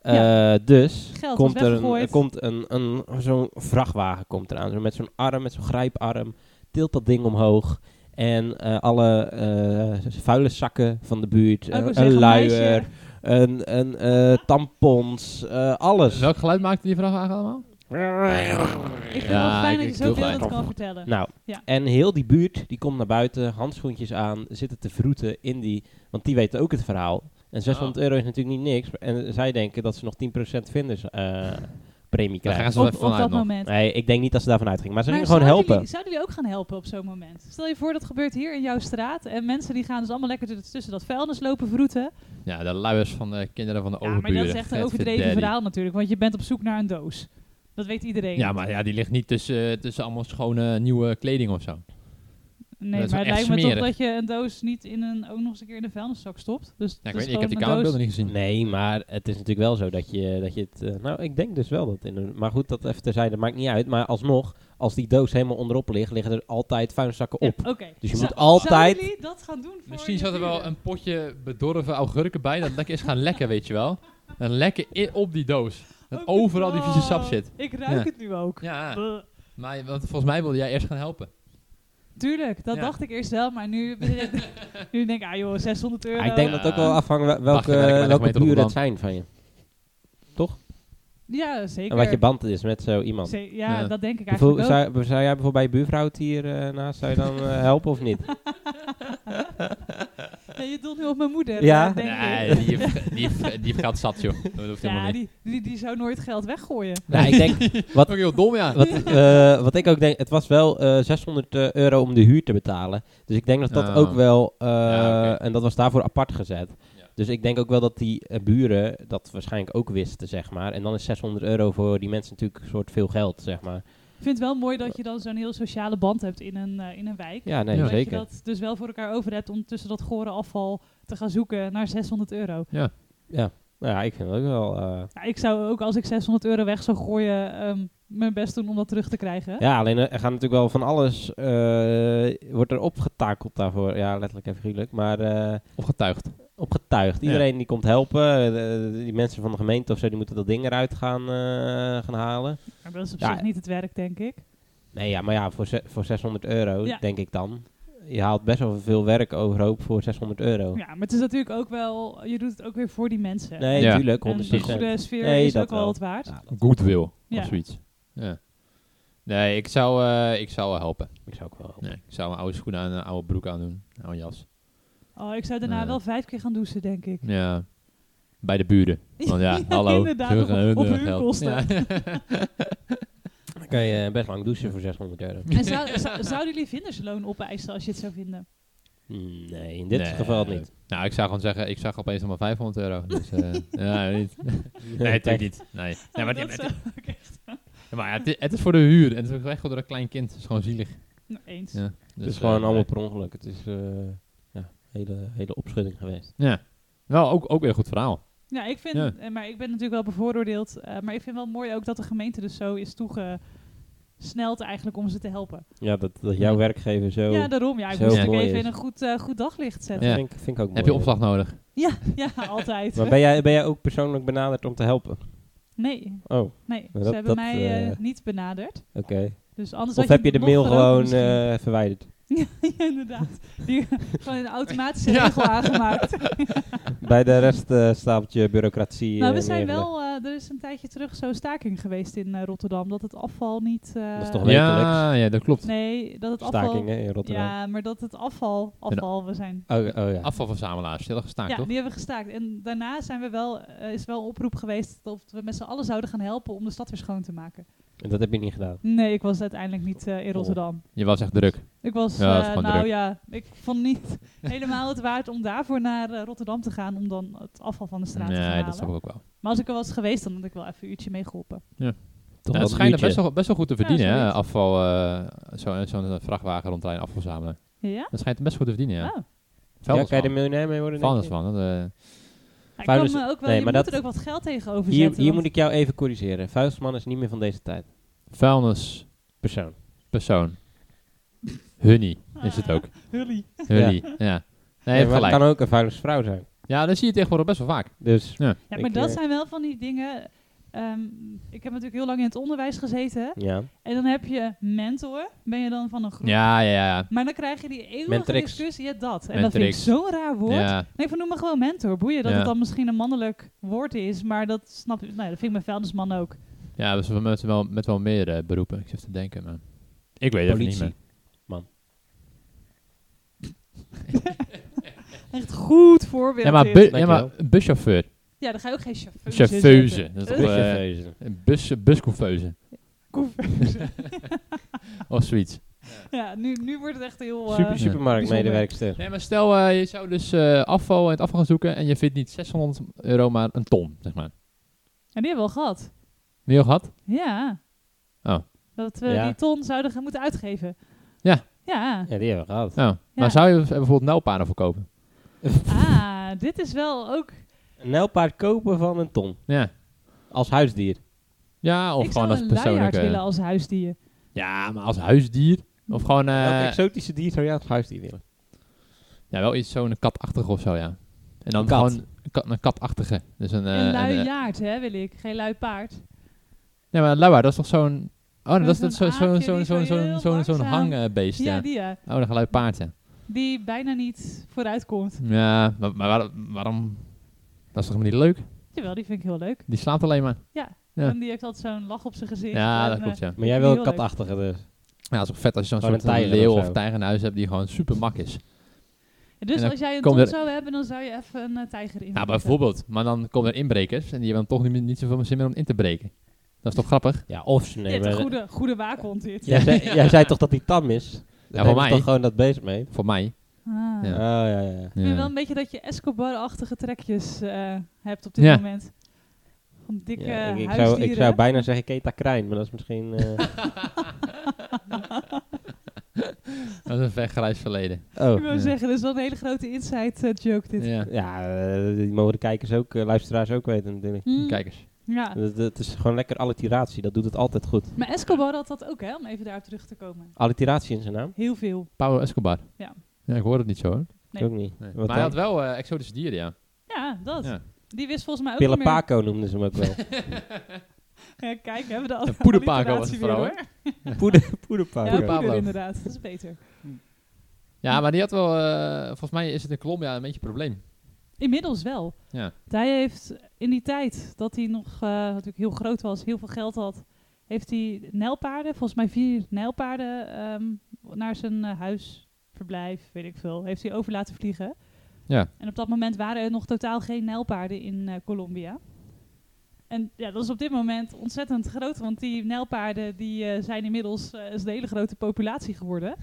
Speaker 5: oh,
Speaker 3: eh, dus
Speaker 5: Geld
Speaker 3: komt
Speaker 5: was
Speaker 3: er een,
Speaker 5: weggegooid.
Speaker 3: er komt een, een zo'n vrachtwagen komt eraan, zo met zo'n arm, met zo'n grijparm, tilt dat ding omhoog en eh, alle eh, vuile zakken van de buurt,
Speaker 5: Oh, ik
Speaker 3: eh,
Speaker 5: wou
Speaker 3: een
Speaker 5: zeggen,
Speaker 3: luier,
Speaker 5: meisje.
Speaker 3: een, een eh, tampons, eh, alles.
Speaker 4: Welk geluid maakte die vrachtwagen allemaal?
Speaker 5: Ik vind
Speaker 4: Ja,
Speaker 5: het wel
Speaker 4: ik-
Speaker 5: fijn dat
Speaker 4: ik
Speaker 5: je
Speaker 4: doe
Speaker 5: zo beeldend
Speaker 4: gelijk.
Speaker 5: kan vertellen.
Speaker 3: Nou,
Speaker 5: Ja.
Speaker 3: en heel die buurt die komt naar buiten, handschoentjes aan, zitten te vroeten in die, want die weten ook het verhaal. En
Speaker 4: Oh.
Speaker 3: 600 euro is natuurlijk niet niks. En zij denken dat ze nog 10% vinders eh, premie
Speaker 4: Daar
Speaker 3: krijgen.
Speaker 4: gaan ze wel
Speaker 5: op,
Speaker 4: even
Speaker 5: op
Speaker 4: vanuit
Speaker 5: dat
Speaker 4: nog.
Speaker 5: moment.
Speaker 3: Nee, ik denk niet dat ze daarvan uitgingen. Maar ze gingen
Speaker 5: Maar
Speaker 3: gewoon
Speaker 5: zouden
Speaker 3: helpen.
Speaker 5: Jullie, zouden jullie ook gaan helpen op zo'n moment? Stel je voor dat gebeurt hier in jouw straat en mensen die gaan dus allemaal lekker tussen- tussen dat vuilnis lopen
Speaker 4: Oh,
Speaker 5: vroeten.
Speaker 4: Ja, de luiers van de kinderen van de
Speaker 5: Ja, maar
Speaker 4: overburen.
Speaker 5: dat is echt een
Speaker 4: Vet
Speaker 5: overdreven
Speaker 4: verdaddy.
Speaker 5: verhaal natuurlijk, want je bent op zoek naar een doos. Dat weet iedereen.
Speaker 4: Ja, maar ja, die ligt niet tussen, eh, tussen allemaal schone nieuwe kleding of zo.
Speaker 5: nee,
Speaker 4: dat is
Speaker 5: maar het
Speaker 4: wel echt
Speaker 5: lijkt me toch
Speaker 4: smerig.
Speaker 5: dat je een doos niet in een, ook nog eens een keer in de vuilniszak stopt. Dus
Speaker 4: Ja, ik
Speaker 5: het
Speaker 4: weet
Speaker 5: is
Speaker 4: niet, ik heb
Speaker 5: gewoon
Speaker 4: die
Speaker 5: een doos.
Speaker 4: camerabeelden niet gezien.
Speaker 3: Nee, maar het is natuurlijk wel zo dat je, dat je het... eh, nou, ik denk dus wel dat... In een, maar goed, dat even terzijde, maakt niet uit. Maar alsnog, als die doos helemaal onderop ligt, liggen er altijd vuilniszakken
Speaker 5: Ja,
Speaker 3: op.
Speaker 5: Oké.
Speaker 3: Dus je
Speaker 5: Zou-
Speaker 3: moet altijd-
Speaker 5: Zouden jullie dat gaan doen voor
Speaker 4: Misschien
Speaker 5: je
Speaker 4: zat er wel
Speaker 5: buren?
Speaker 4: een potje bedorven augurken bij. Dat lekker is gaan lekken, weet je wel. En lekker in, op die doos. Dat
Speaker 5: Oh,
Speaker 4: overal die vieze sap
Speaker 5: oh,
Speaker 4: zit.
Speaker 5: Ik ruik
Speaker 4: Ja.
Speaker 5: het nu ook.
Speaker 4: Ja,
Speaker 5: Bleh.
Speaker 4: maar want volgens mij wilde jij eerst gaan helpen.
Speaker 5: Tuurlijk, dat
Speaker 4: Ja.
Speaker 5: dacht ik eerst wel, maar nu, nu denk ik, ah joh, 600 euro.
Speaker 3: Maar ik denk dat het ook wel afhangt wel- welke,
Speaker 4: Wacht, ik ben- ik ben
Speaker 3: welke
Speaker 4: gemeente
Speaker 3: buren het zijn
Speaker 4: Rotterdam.
Speaker 3: van je.
Speaker 5: Ja, zeker.
Speaker 3: En wat je band is met zo iemand.
Speaker 5: Ze- ja,
Speaker 4: Ja.
Speaker 5: dat denk ik
Speaker 3: Bijvoorbeeld,
Speaker 5: eigenlijk ook.
Speaker 3: zou, zou jij bijvoorbeeld bij je buurvrouw het hier eh, naast, zou je dan eh, helpen of niet?
Speaker 5: Nee, je doelt nu op mijn moeder.
Speaker 3: Ja?
Speaker 5: eh, Denk
Speaker 4: Nee,
Speaker 5: ik.
Speaker 4: die, heeft- die, heeft- die gaat zat, joh. Dat hoeft helemaal
Speaker 5: Ja,
Speaker 4: niet.
Speaker 5: die, die, die zou nooit geld weggooien.
Speaker 3: nou, ik denk,
Speaker 4: Wat ook heel dom, ja.
Speaker 3: wat, eh, wat ik ook denk, het was wel eh, 600 eh, euro om de huur te betalen. Dus ik denk dat dat
Speaker 4: Ah.
Speaker 3: ook wel, eh,
Speaker 4: Ja, oké.
Speaker 3: en dat was daarvoor apart gezet.
Speaker 4: Ja.
Speaker 3: Dus ik denk ook wel dat die eh, buren dat waarschijnlijk ook wisten, zeg maar. En dan is 600 euro voor die mensen natuurlijk een soort veel geld, zeg maar.
Speaker 5: Ik vind het wel mooi dat je dan zo'n heel sociale band hebt in een, eh, in een wijk.
Speaker 3: Ja, nee,
Speaker 4: Ja.
Speaker 5: dat
Speaker 3: zeker.
Speaker 5: je dat dus wel voor elkaar over hebt om tussen dat gore afval te gaan zoeken naar 600 euro.
Speaker 3: Nou ja, ik vind het ook wel... eh,
Speaker 5: Nou, ik zou ook als ik 600 euro weg zou gooien, ehm, mijn best doen om dat terug te krijgen.
Speaker 3: Ja, alleen eh, er gaan natuurlijk wel van alles... eh, wordt er opgetakeld daarvoor. Ja, letterlijk en figuurlijk. Maar eh,
Speaker 4: Of getuigd.
Speaker 3: opgetuigd. Iedereen die komt helpen. eh, die mensen van de gemeente of zo, die moeten dat ding eruit gaan, eh, gaan halen.
Speaker 5: Maar dat is op
Speaker 3: Ja.
Speaker 5: zich niet het werk, denk ik.
Speaker 3: Nee, ja, maar ja, voor, ze- voor 600 euro,
Speaker 5: Ja.
Speaker 3: denk ik dan. Je haalt best wel veel werk overhoop voor 600 euro.
Speaker 5: Ja, maar het is natuurlijk ook wel, je doet het ook weer voor die mensen.
Speaker 3: Nee,
Speaker 4: Ja.
Speaker 3: natuurlijk,
Speaker 5: en
Speaker 3: 100%.
Speaker 5: de goede sfeer
Speaker 3: Nee,
Speaker 5: is
Speaker 3: dat
Speaker 5: ook wel
Speaker 3: wel.
Speaker 5: wat waard.
Speaker 3: Ja, dat-
Speaker 4: Goodwill
Speaker 5: Ja.
Speaker 4: of zoiets. Ja. Nee, ik zou, eh, ik zou wel helpen.
Speaker 3: ik zou ook wel helpen.
Speaker 4: Nee, ik zou mijn oude schoenen aan, een oude broek aandoen. Een oude jas.
Speaker 5: Oh, ik zou daarna
Speaker 4: Nee.
Speaker 5: wel vijf keer gaan douchen, denk ik.
Speaker 4: Ja. Bij de buren. Want ja, hallo.
Speaker 5: inderdaad,
Speaker 4: Ze
Speaker 5: op-
Speaker 4: gaan hun,
Speaker 5: op
Speaker 4: eh,
Speaker 5: hun
Speaker 4: geld.
Speaker 5: kosten.
Speaker 4: Ja.
Speaker 3: Dan kan je eh, best lang douchen voor 600 euro.
Speaker 5: En zou, zou- zouden jullie vindersloon opeisen als je het zou vinden?
Speaker 3: Nee, in dit
Speaker 4: Nee,
Speaker 3: geval niet.
Speaker 4: Nou, ik zou gewoon zeggen, ik zag opeens nog maar 500 euro. Dus, eh, ja, niet. Nee, natuurlijk niet. Nee. Nee, maar,
Speaker 5: dat
Speaker 4: dit-
Speaker 5: zou ik echt-
Speaker 4: maar ja, het, is, het is voor de huur. En het is echt door een klein kind. Het is gewoon zielig. Dus,
Speaker 5: Nou, eens.
Speaker 4: Ja.
Speaker 3: Het is
Speaker 4: eh,
Speaker 3: gewoon allemaal
Speaker 4: nee.
Speaker 3: per ongeluk. Het is eh ja, hele, hele opschudding geweest.
Speaker 4: Ja. Nou, ook, ook weer een goed verhaal.
Speaker 5: Ja, ik vind,
Speaker 4: Ja.
Speaker 5: eh, maar ik ben natuurlijk wel bevooroordeeld. eh, maar ik vind wel mooi ook dat de gemeente dus zo is toegesneld eigenlijk om ze te helpen.
Speaker 3: Ja, dat, dat jouw werkgever zo...
Speaker 5: Ja, daarom. Ja, ik
Speaker 3: zo
Speaker 5: moest natuurlijk
Speaker 3: mooi
Speaker 5: even
Speaker 3: is.
Speaker 5: in een goed, eh, goed daglicht zetten.
Speaker 4: Ja.
Speaker 3: Vind, ik- vind ik ook mooi.
Speaker 4: Heb je opslag nodig?
Speaker 5: Ja, ja, altijd.
Speaker 3: Maar ben jij, ben jij ook persoonlijk benaderd om te helpen?
Speaker 5: Nee,
Speaker 3: Oh, oké.
Speaker 5: nee.
Speaker 3: Maar
Speaker 5: ze
Speaker 3: dat-
Speaker 5: hebben
Speaker 3: dat,
Speaker 5: mij
Speaker 3: eh,
Speaker 5: eh, niet benaderd. Dus anders
Speaker 3: Of
Speaker 5: had
Speaker 3: heb je de
Speaker 5: nog
Speaker 3: mail
Speaker 5: gerookt
Speaker 3: gewoon
Speaker 5: misschien.
Speaker 3: eh, verwijderd?
Speaker 5: ja, inderdaad. Die, gewoon een automatische regel aangemaakt.
Speaker 3: Bij de rest eh, stapeltje bureaucratie.
Speaker 5: Nou, we
Speaker 3: eh,
Speaker 5: zijn
Speaker 3: neergelegd.
Speaker 5: wel, eh, er is een tijdje terug zo'n staking geweest in eh, Rotterdam. Dat het afval niet. eh,
Speaker 3: Dat is toch wel-
Speaker 4: Ja, ja, dat klopt.
Speaker 5: Nee, dat het afval.
Speaker 3: Stakingen in Rotterdam.
Speaker 5: Ja, maar dat het afval. Afval, we zijn.
Speaker 3: Oh, oh ja.
Speaker 4: Afvalverzamelaars, die hadden gestaakt,
Speaker 5: Ja,
Speaker 4: toch?
Speaker 5: die hebben we gestaakt. En daarna zijn we wel, eh, is wel een oproep geweest dat we met z'n allen zouden gaan helpen om de stad weer schoon te maken.
Speaker 3: En dat heb je niet gedaan.
Speaker 5: Nee, ik was uiteindelijk niet eh, in Rotterdam.
Speaker 4: Je was echt druk.
Speaker 5: Ik was,
Speaker 4: Ja, dat is
Speaker 5: eh,
Speaker 4: gewoon
Speaker 5: nou
Speaker 4: druk.
Speaker 5: ja, ik vond niet helemaal het waard om daarvoor naar eh, Rotterdam te gaan om dan het afval van de straat te gaan
Speaker 4: Nee,
Speaker 5: halen.
Speaker 4: dat snap ik ook wel.
Speaker 5: Maar als ik er was geweest, dan had ik wel even een uurtje meegeholpen.
Speaker 3: Toch
Speaker 4: Ja, Nou, het
Speaker 3: wel
Speaker 4: schijnt
Speaker 3: een
Speaker 4: best wel, best wel goed te verdienen,
Speaker 5: zoiets.
Speaker 4: hè? Afval, eh, zo- zo'n vrachtwagen rondrijden, afval verzamelen.
Speaker 5: Ja?
Speaker 4: Dat schijnt best goed te verdienen, ja.
Speaker 5: Oh.
Speaker 3: Ja,
Speaker 4: Vuilnisman.
Speaker 3: kan je er miljonair mee worden? denk je?
Speaker 4: Vuilnisman, dat, eh,
Speaker 5: Ik kan
Speaker 3: Vuilnis-
Speaker 5: me eh, ook wel,
Speaker 3: nee,
Speaker 5: je
Speaker 3: maar
Speaker 5: moet
Speaker 3: dat-
Speaker 5: er ook wat geld tegenover
Speaker 3: Hier,
Speaker 5: zetten.
Speaker 3: hier moet ik jou even corrigeren. Vuilnisman is niet meer van deze tijd.
Speaker 4: vuilnispersoon.
Speaker 3: Persoon.
Speaker 4: Hunny is het ook.
Speaker 5: Ah. Hully.
Speaker 4: Hunny, ja. Nee, je hebt
Speaker 3: maar het
Speaker 4: gelijk.
Speaker 3: kan ook een vuilnisvrouw zijn.
Speaker 4: Ja, dat zie je tegenwoordig best wel vaak.
Speaker 3: Dus,
Speaker 5: Ja,
Speaker 3: Ik,
Speaker 5: maar dat
Speaker 3: eh,
Speaker 5: zijn wel van die dingen... ehm, ik heb natuurlijk heel lang in het onderwijs gezeten.
Speaker 3: ja.
Speaker 5: En dan heb je mentor. Ben je dan van een groep.
Speaker 4: Ja, ja, ja.
Speaker 5: Maar dan krijg je die eeuwige
Speaker 3: Mentrix.
Speaker 5: discussie. Ja, dat. En
Speaker 4: Mentrix.
Speaker 5: dat vind ik zo'n raar woord.
Speaker 4: Ja,
Speaker 5: Nee, van noem me gewoon mentor. Boeien dat
Speaker 4: Ja.
Speaker 5: het dan misschien een mannelijk woord is. Maar dat snap ik. Nee, dat vind ik mijn vuilnisman ook.
Speaker 4: ja dus we met wel, met wel meer eh, beroepen. Ik zit te denken, maar... Ik weet het even niet
Speaker 3: Politie.
Speaker 4: meer.
Speaker 5: Echt goed voorbeeld.
Speaker 4: Ja, maar,
Speaker 5: dit.
Speaker 4: bu- ja, maar buschauffeur.
Speaker 5: ja, dan ga je ook geen chauffeuse
Speaker 4: Chauffeuse.
Speaker 5: zetten.
Speaker 4: Dat is
Speaker 5: Eh,
Speaker 4: toch, eh, Een bus, buscouffeuse.
Speaker 5: couveuse.
Speaker 4: Of zoiets.
Speaker 5: ja, nu, nu wordt het echt heel... eh,
Speaker 3: Super, supermarktmedewerkster.
Speaker 4: Nee, maar stel, eh, je zou dus eh, afval en het afval gaan zoeken en je vindt niet 600 euro, maar een ton, zeg maar.
Speaker 5: En die hebben we al gehad.
Speaker 4: Niet al gehad?
Speaker 5: Ja.
Speaker 4: Oh.
Speaker 5: Dat we
Speaker 3: Ja.
Speaker 5: die ton zouden gaan moeten uitgeven.
Speaker 4: Ja.
Speaker 5: Ja.
Speaker 3: Ja, die hebben we gehad.
Speaker 4: Nou,
Speaker 5: Ja.
Speaker 4: maar zou je bijvoorbeeld nijlpaarden verkopen?
Speaker 5: Ah, dit is wel ook...
Speaker 3: Een nijlpaard kopen van een ton.
Speaker 4: Ja.
Speaker 3: Als huisdier.
Speaker 4: Eh, Ja, of
Speaker 5: ik
Speaker 4: gewoon
Speaker 5: zou
Speaker 4: als
Speaker 5: een luiaard willen
Speaker 4: persoonlijke...
Speaker 5: als huisdier.
Speaker 4: Ja, maar als huisdier? Of gewoon... eh,
Speaker 3: Welk exotische dier zou jij als huisdier willen?
Speaker 4: ja, wel iets zo'n katachtige of zo, ja. En dan
Speaker 3: Een kat.
Speaker 4: gewoon een, kat, een katachtige. Dus een, eh,
Speaker 5: een
Speaker 4: een, eh,
Speaker 5: luiaard, hè, wil ik. Geen lui paard.
Speaker 4: nee, maar een luiaard, dat is toch zo'n... Oh, nee,
Speaker 5: Ja,
Speaker 4: dat is dat
Speaker 5: zo'n
Speaker 4: zo- zo'n
Speaker 5: aapje
Speaker 4: zo'n
Speaker 5: die
Speaker 4: zo'n
Speaker 5: zo heel
Speaker 4: zo'n zo'n zo'n
Speaker 5: langzaam-
Speaker 4: hangbeest,
Speaker 5: ja,
Speaker 4: ja.
Speaker 5: die ja.
Speaker 4: Oh, een geluidpaard, ja.
Speaker 5: Die bijna niet vooruitkomt.
Speaker 4: Ja, maar, maar waarom, waarom... Dat is toch niet leuk?
Speaker 5: Jawel, die vind ik heel leuk.
Speaker 4: Die slaapt alleen maar. Ja.
Speaker 5: En die heeft altijd zo'n lach op zijn gezicht.
Speaker 4: Ja,
Speaker 5: en,
Speaker 4: dat
Speaker 5: eh,
Speaker 4: klopt, ja.
Speaker 3: Maar jij
Speaker 5: vind
Speaker 3: wil
Speaker 5: die
Speaker 3: een
Speaker 5: heel leuk.
Speaker 3: katachtige dus.
Speaker 4: Ja, het is toch vet als je zo'n
Speaker 3: Gewoon
Speaker 4: soort
Speaker 3: een
Speaker 4: van
Speaker 3: tijger
Speaker 4: leeuw
Speaker 3: of zo.
Speaker 4: of tijger in huis hebt die gewoon super mak is.
Speaker 5: Dus
Speaker 4: En dan
Speaker 5: als jij een
Speaker 4: komt
Speaker 5: ton
Speaker 4: er-
Speaker 5: zou hebben, dan zou je even een eh, tijger in.
Speaker 4: Ja, bijvoorbeeld. Maar dan komen er inbrekers en die hebben dan toch niet, niet zoveel zin meer om in te breken. Dat is toch grappig?
Speaker 3: Ja, of ze
Speaker 5: Dit,
Speaker 3: nemen...
Speaker 5: een goede, goede waakhond dit.
Speaker 3: Jij, zei, jij zei toch dat die tam is? Dan
Speaker 4: Ja,
Speaker 3: nemen
Speaker 4: voor
Speaker 3: ze
Speaker 4: mij.
Speaker 3: toch gewoon dat beest mee?
Speaker 4: Voor mij.
Speaker 5: Ah.
Speaker 4: Ja.
Speaker 3: Oh, ja, ja, ja.
Speaker 5: Ik vind wel
Speaker 4: Ja.
Speaker 5: een beetje dat je Escobar-achtige trekjes eh, hebt op dit
Speaker 4: Ja.
Speaker 5: moment. Van dikke
Speaker 3: Ja, ik, ik zou,
Speaker 5: eh, huisdieren.
Speaker 3: ik zou bijna zeggen Keta Krijn, maar dat is misschien... eh,
Speaker 4: Dat is een vergrijs verleden.
Speaker 5: Ik
Speaker 3: oh,
Speaker 5: wil
Speaker 4: Ja.
Speaker 5: zeggen, dat is wel een hele grote inside eh, joke dit. Ja.
Speaker 4: Ja.
Speaker 3: ja, eh, die mogen de kijkers ook, eh, luisteraars ook weten natuurlijk.
Speaker 4: Kijkers.
Speaker 5: Hm, ja.
Speaker 3: Dat, dat is gewoon lekker alliteratie, dat doet het altijd goed.
Speaker 5: Maar Escobar had dat ook, hè, om even daarop terug te komen.
Speaker 3: Alliteratie in zijn naam?
Speaker 5: Heel veel.
Speaker 4: Pablo Escobar.
Speaker 5: Ja.
Speaker 4: Ja, ik hoor het niet zo hoor.
Speaker 5: Nee.
Speaker 3: Ook niet.
Speaker 4: Nee.
Speaker 3: Wat
Speaker 4: Maar hij
Speaker 3: dan?
Speaker 4: had wel eh, exotische dieren, ja.
Speaker 5: Ja, dat.
Speaker 4: Ja.
Speaker 5: Die wist volgens mij ook niet meer...
Speaker 3: Pillepaco noemden ze hem ook wel.
Speaker 5: Ja, kijk, hebben we de
Speaker 4: Een
Speaker 5: alliteratie
Speaker 4: poederpaco was het
Speaker 5: weer,
Speaker 4: vooral,
Speaker 5: hoor.
Speaker 3: Poeder,
Speaker 5: Ja,
Speaker 3: Poederpaco.
Speaker 4: Pablo.
Speaker 5: poeder inderdaad. Dat is beter.
Speaker 4: Ja, maar die had wel... eh, volgens mij is het in Colombia een beetje een probleem.
Speaker 5: Inmiddels wel.
Speaker 4: Ja.
Speaker 5: Hij heeft in die tijd dat hij nog eh, natuurlijk heel groot was, heel veel geld had, heeft hij nijlpaarden, volgens mij vier nijlpaarden, ehm, naar zijn eh, huisverblijf, weet ik veel, heeft hij over laten vliegen.
Speaker 4: Ja.
Speaker 5: En op dat moment waren er nog totaal geen nijlpaarden in eh, Colombia. En ja, dat is op dit moment ontzettend groot, want die nijlpaarden die, eh, zijn inmiddels eh, is een hele grote populatie geworden.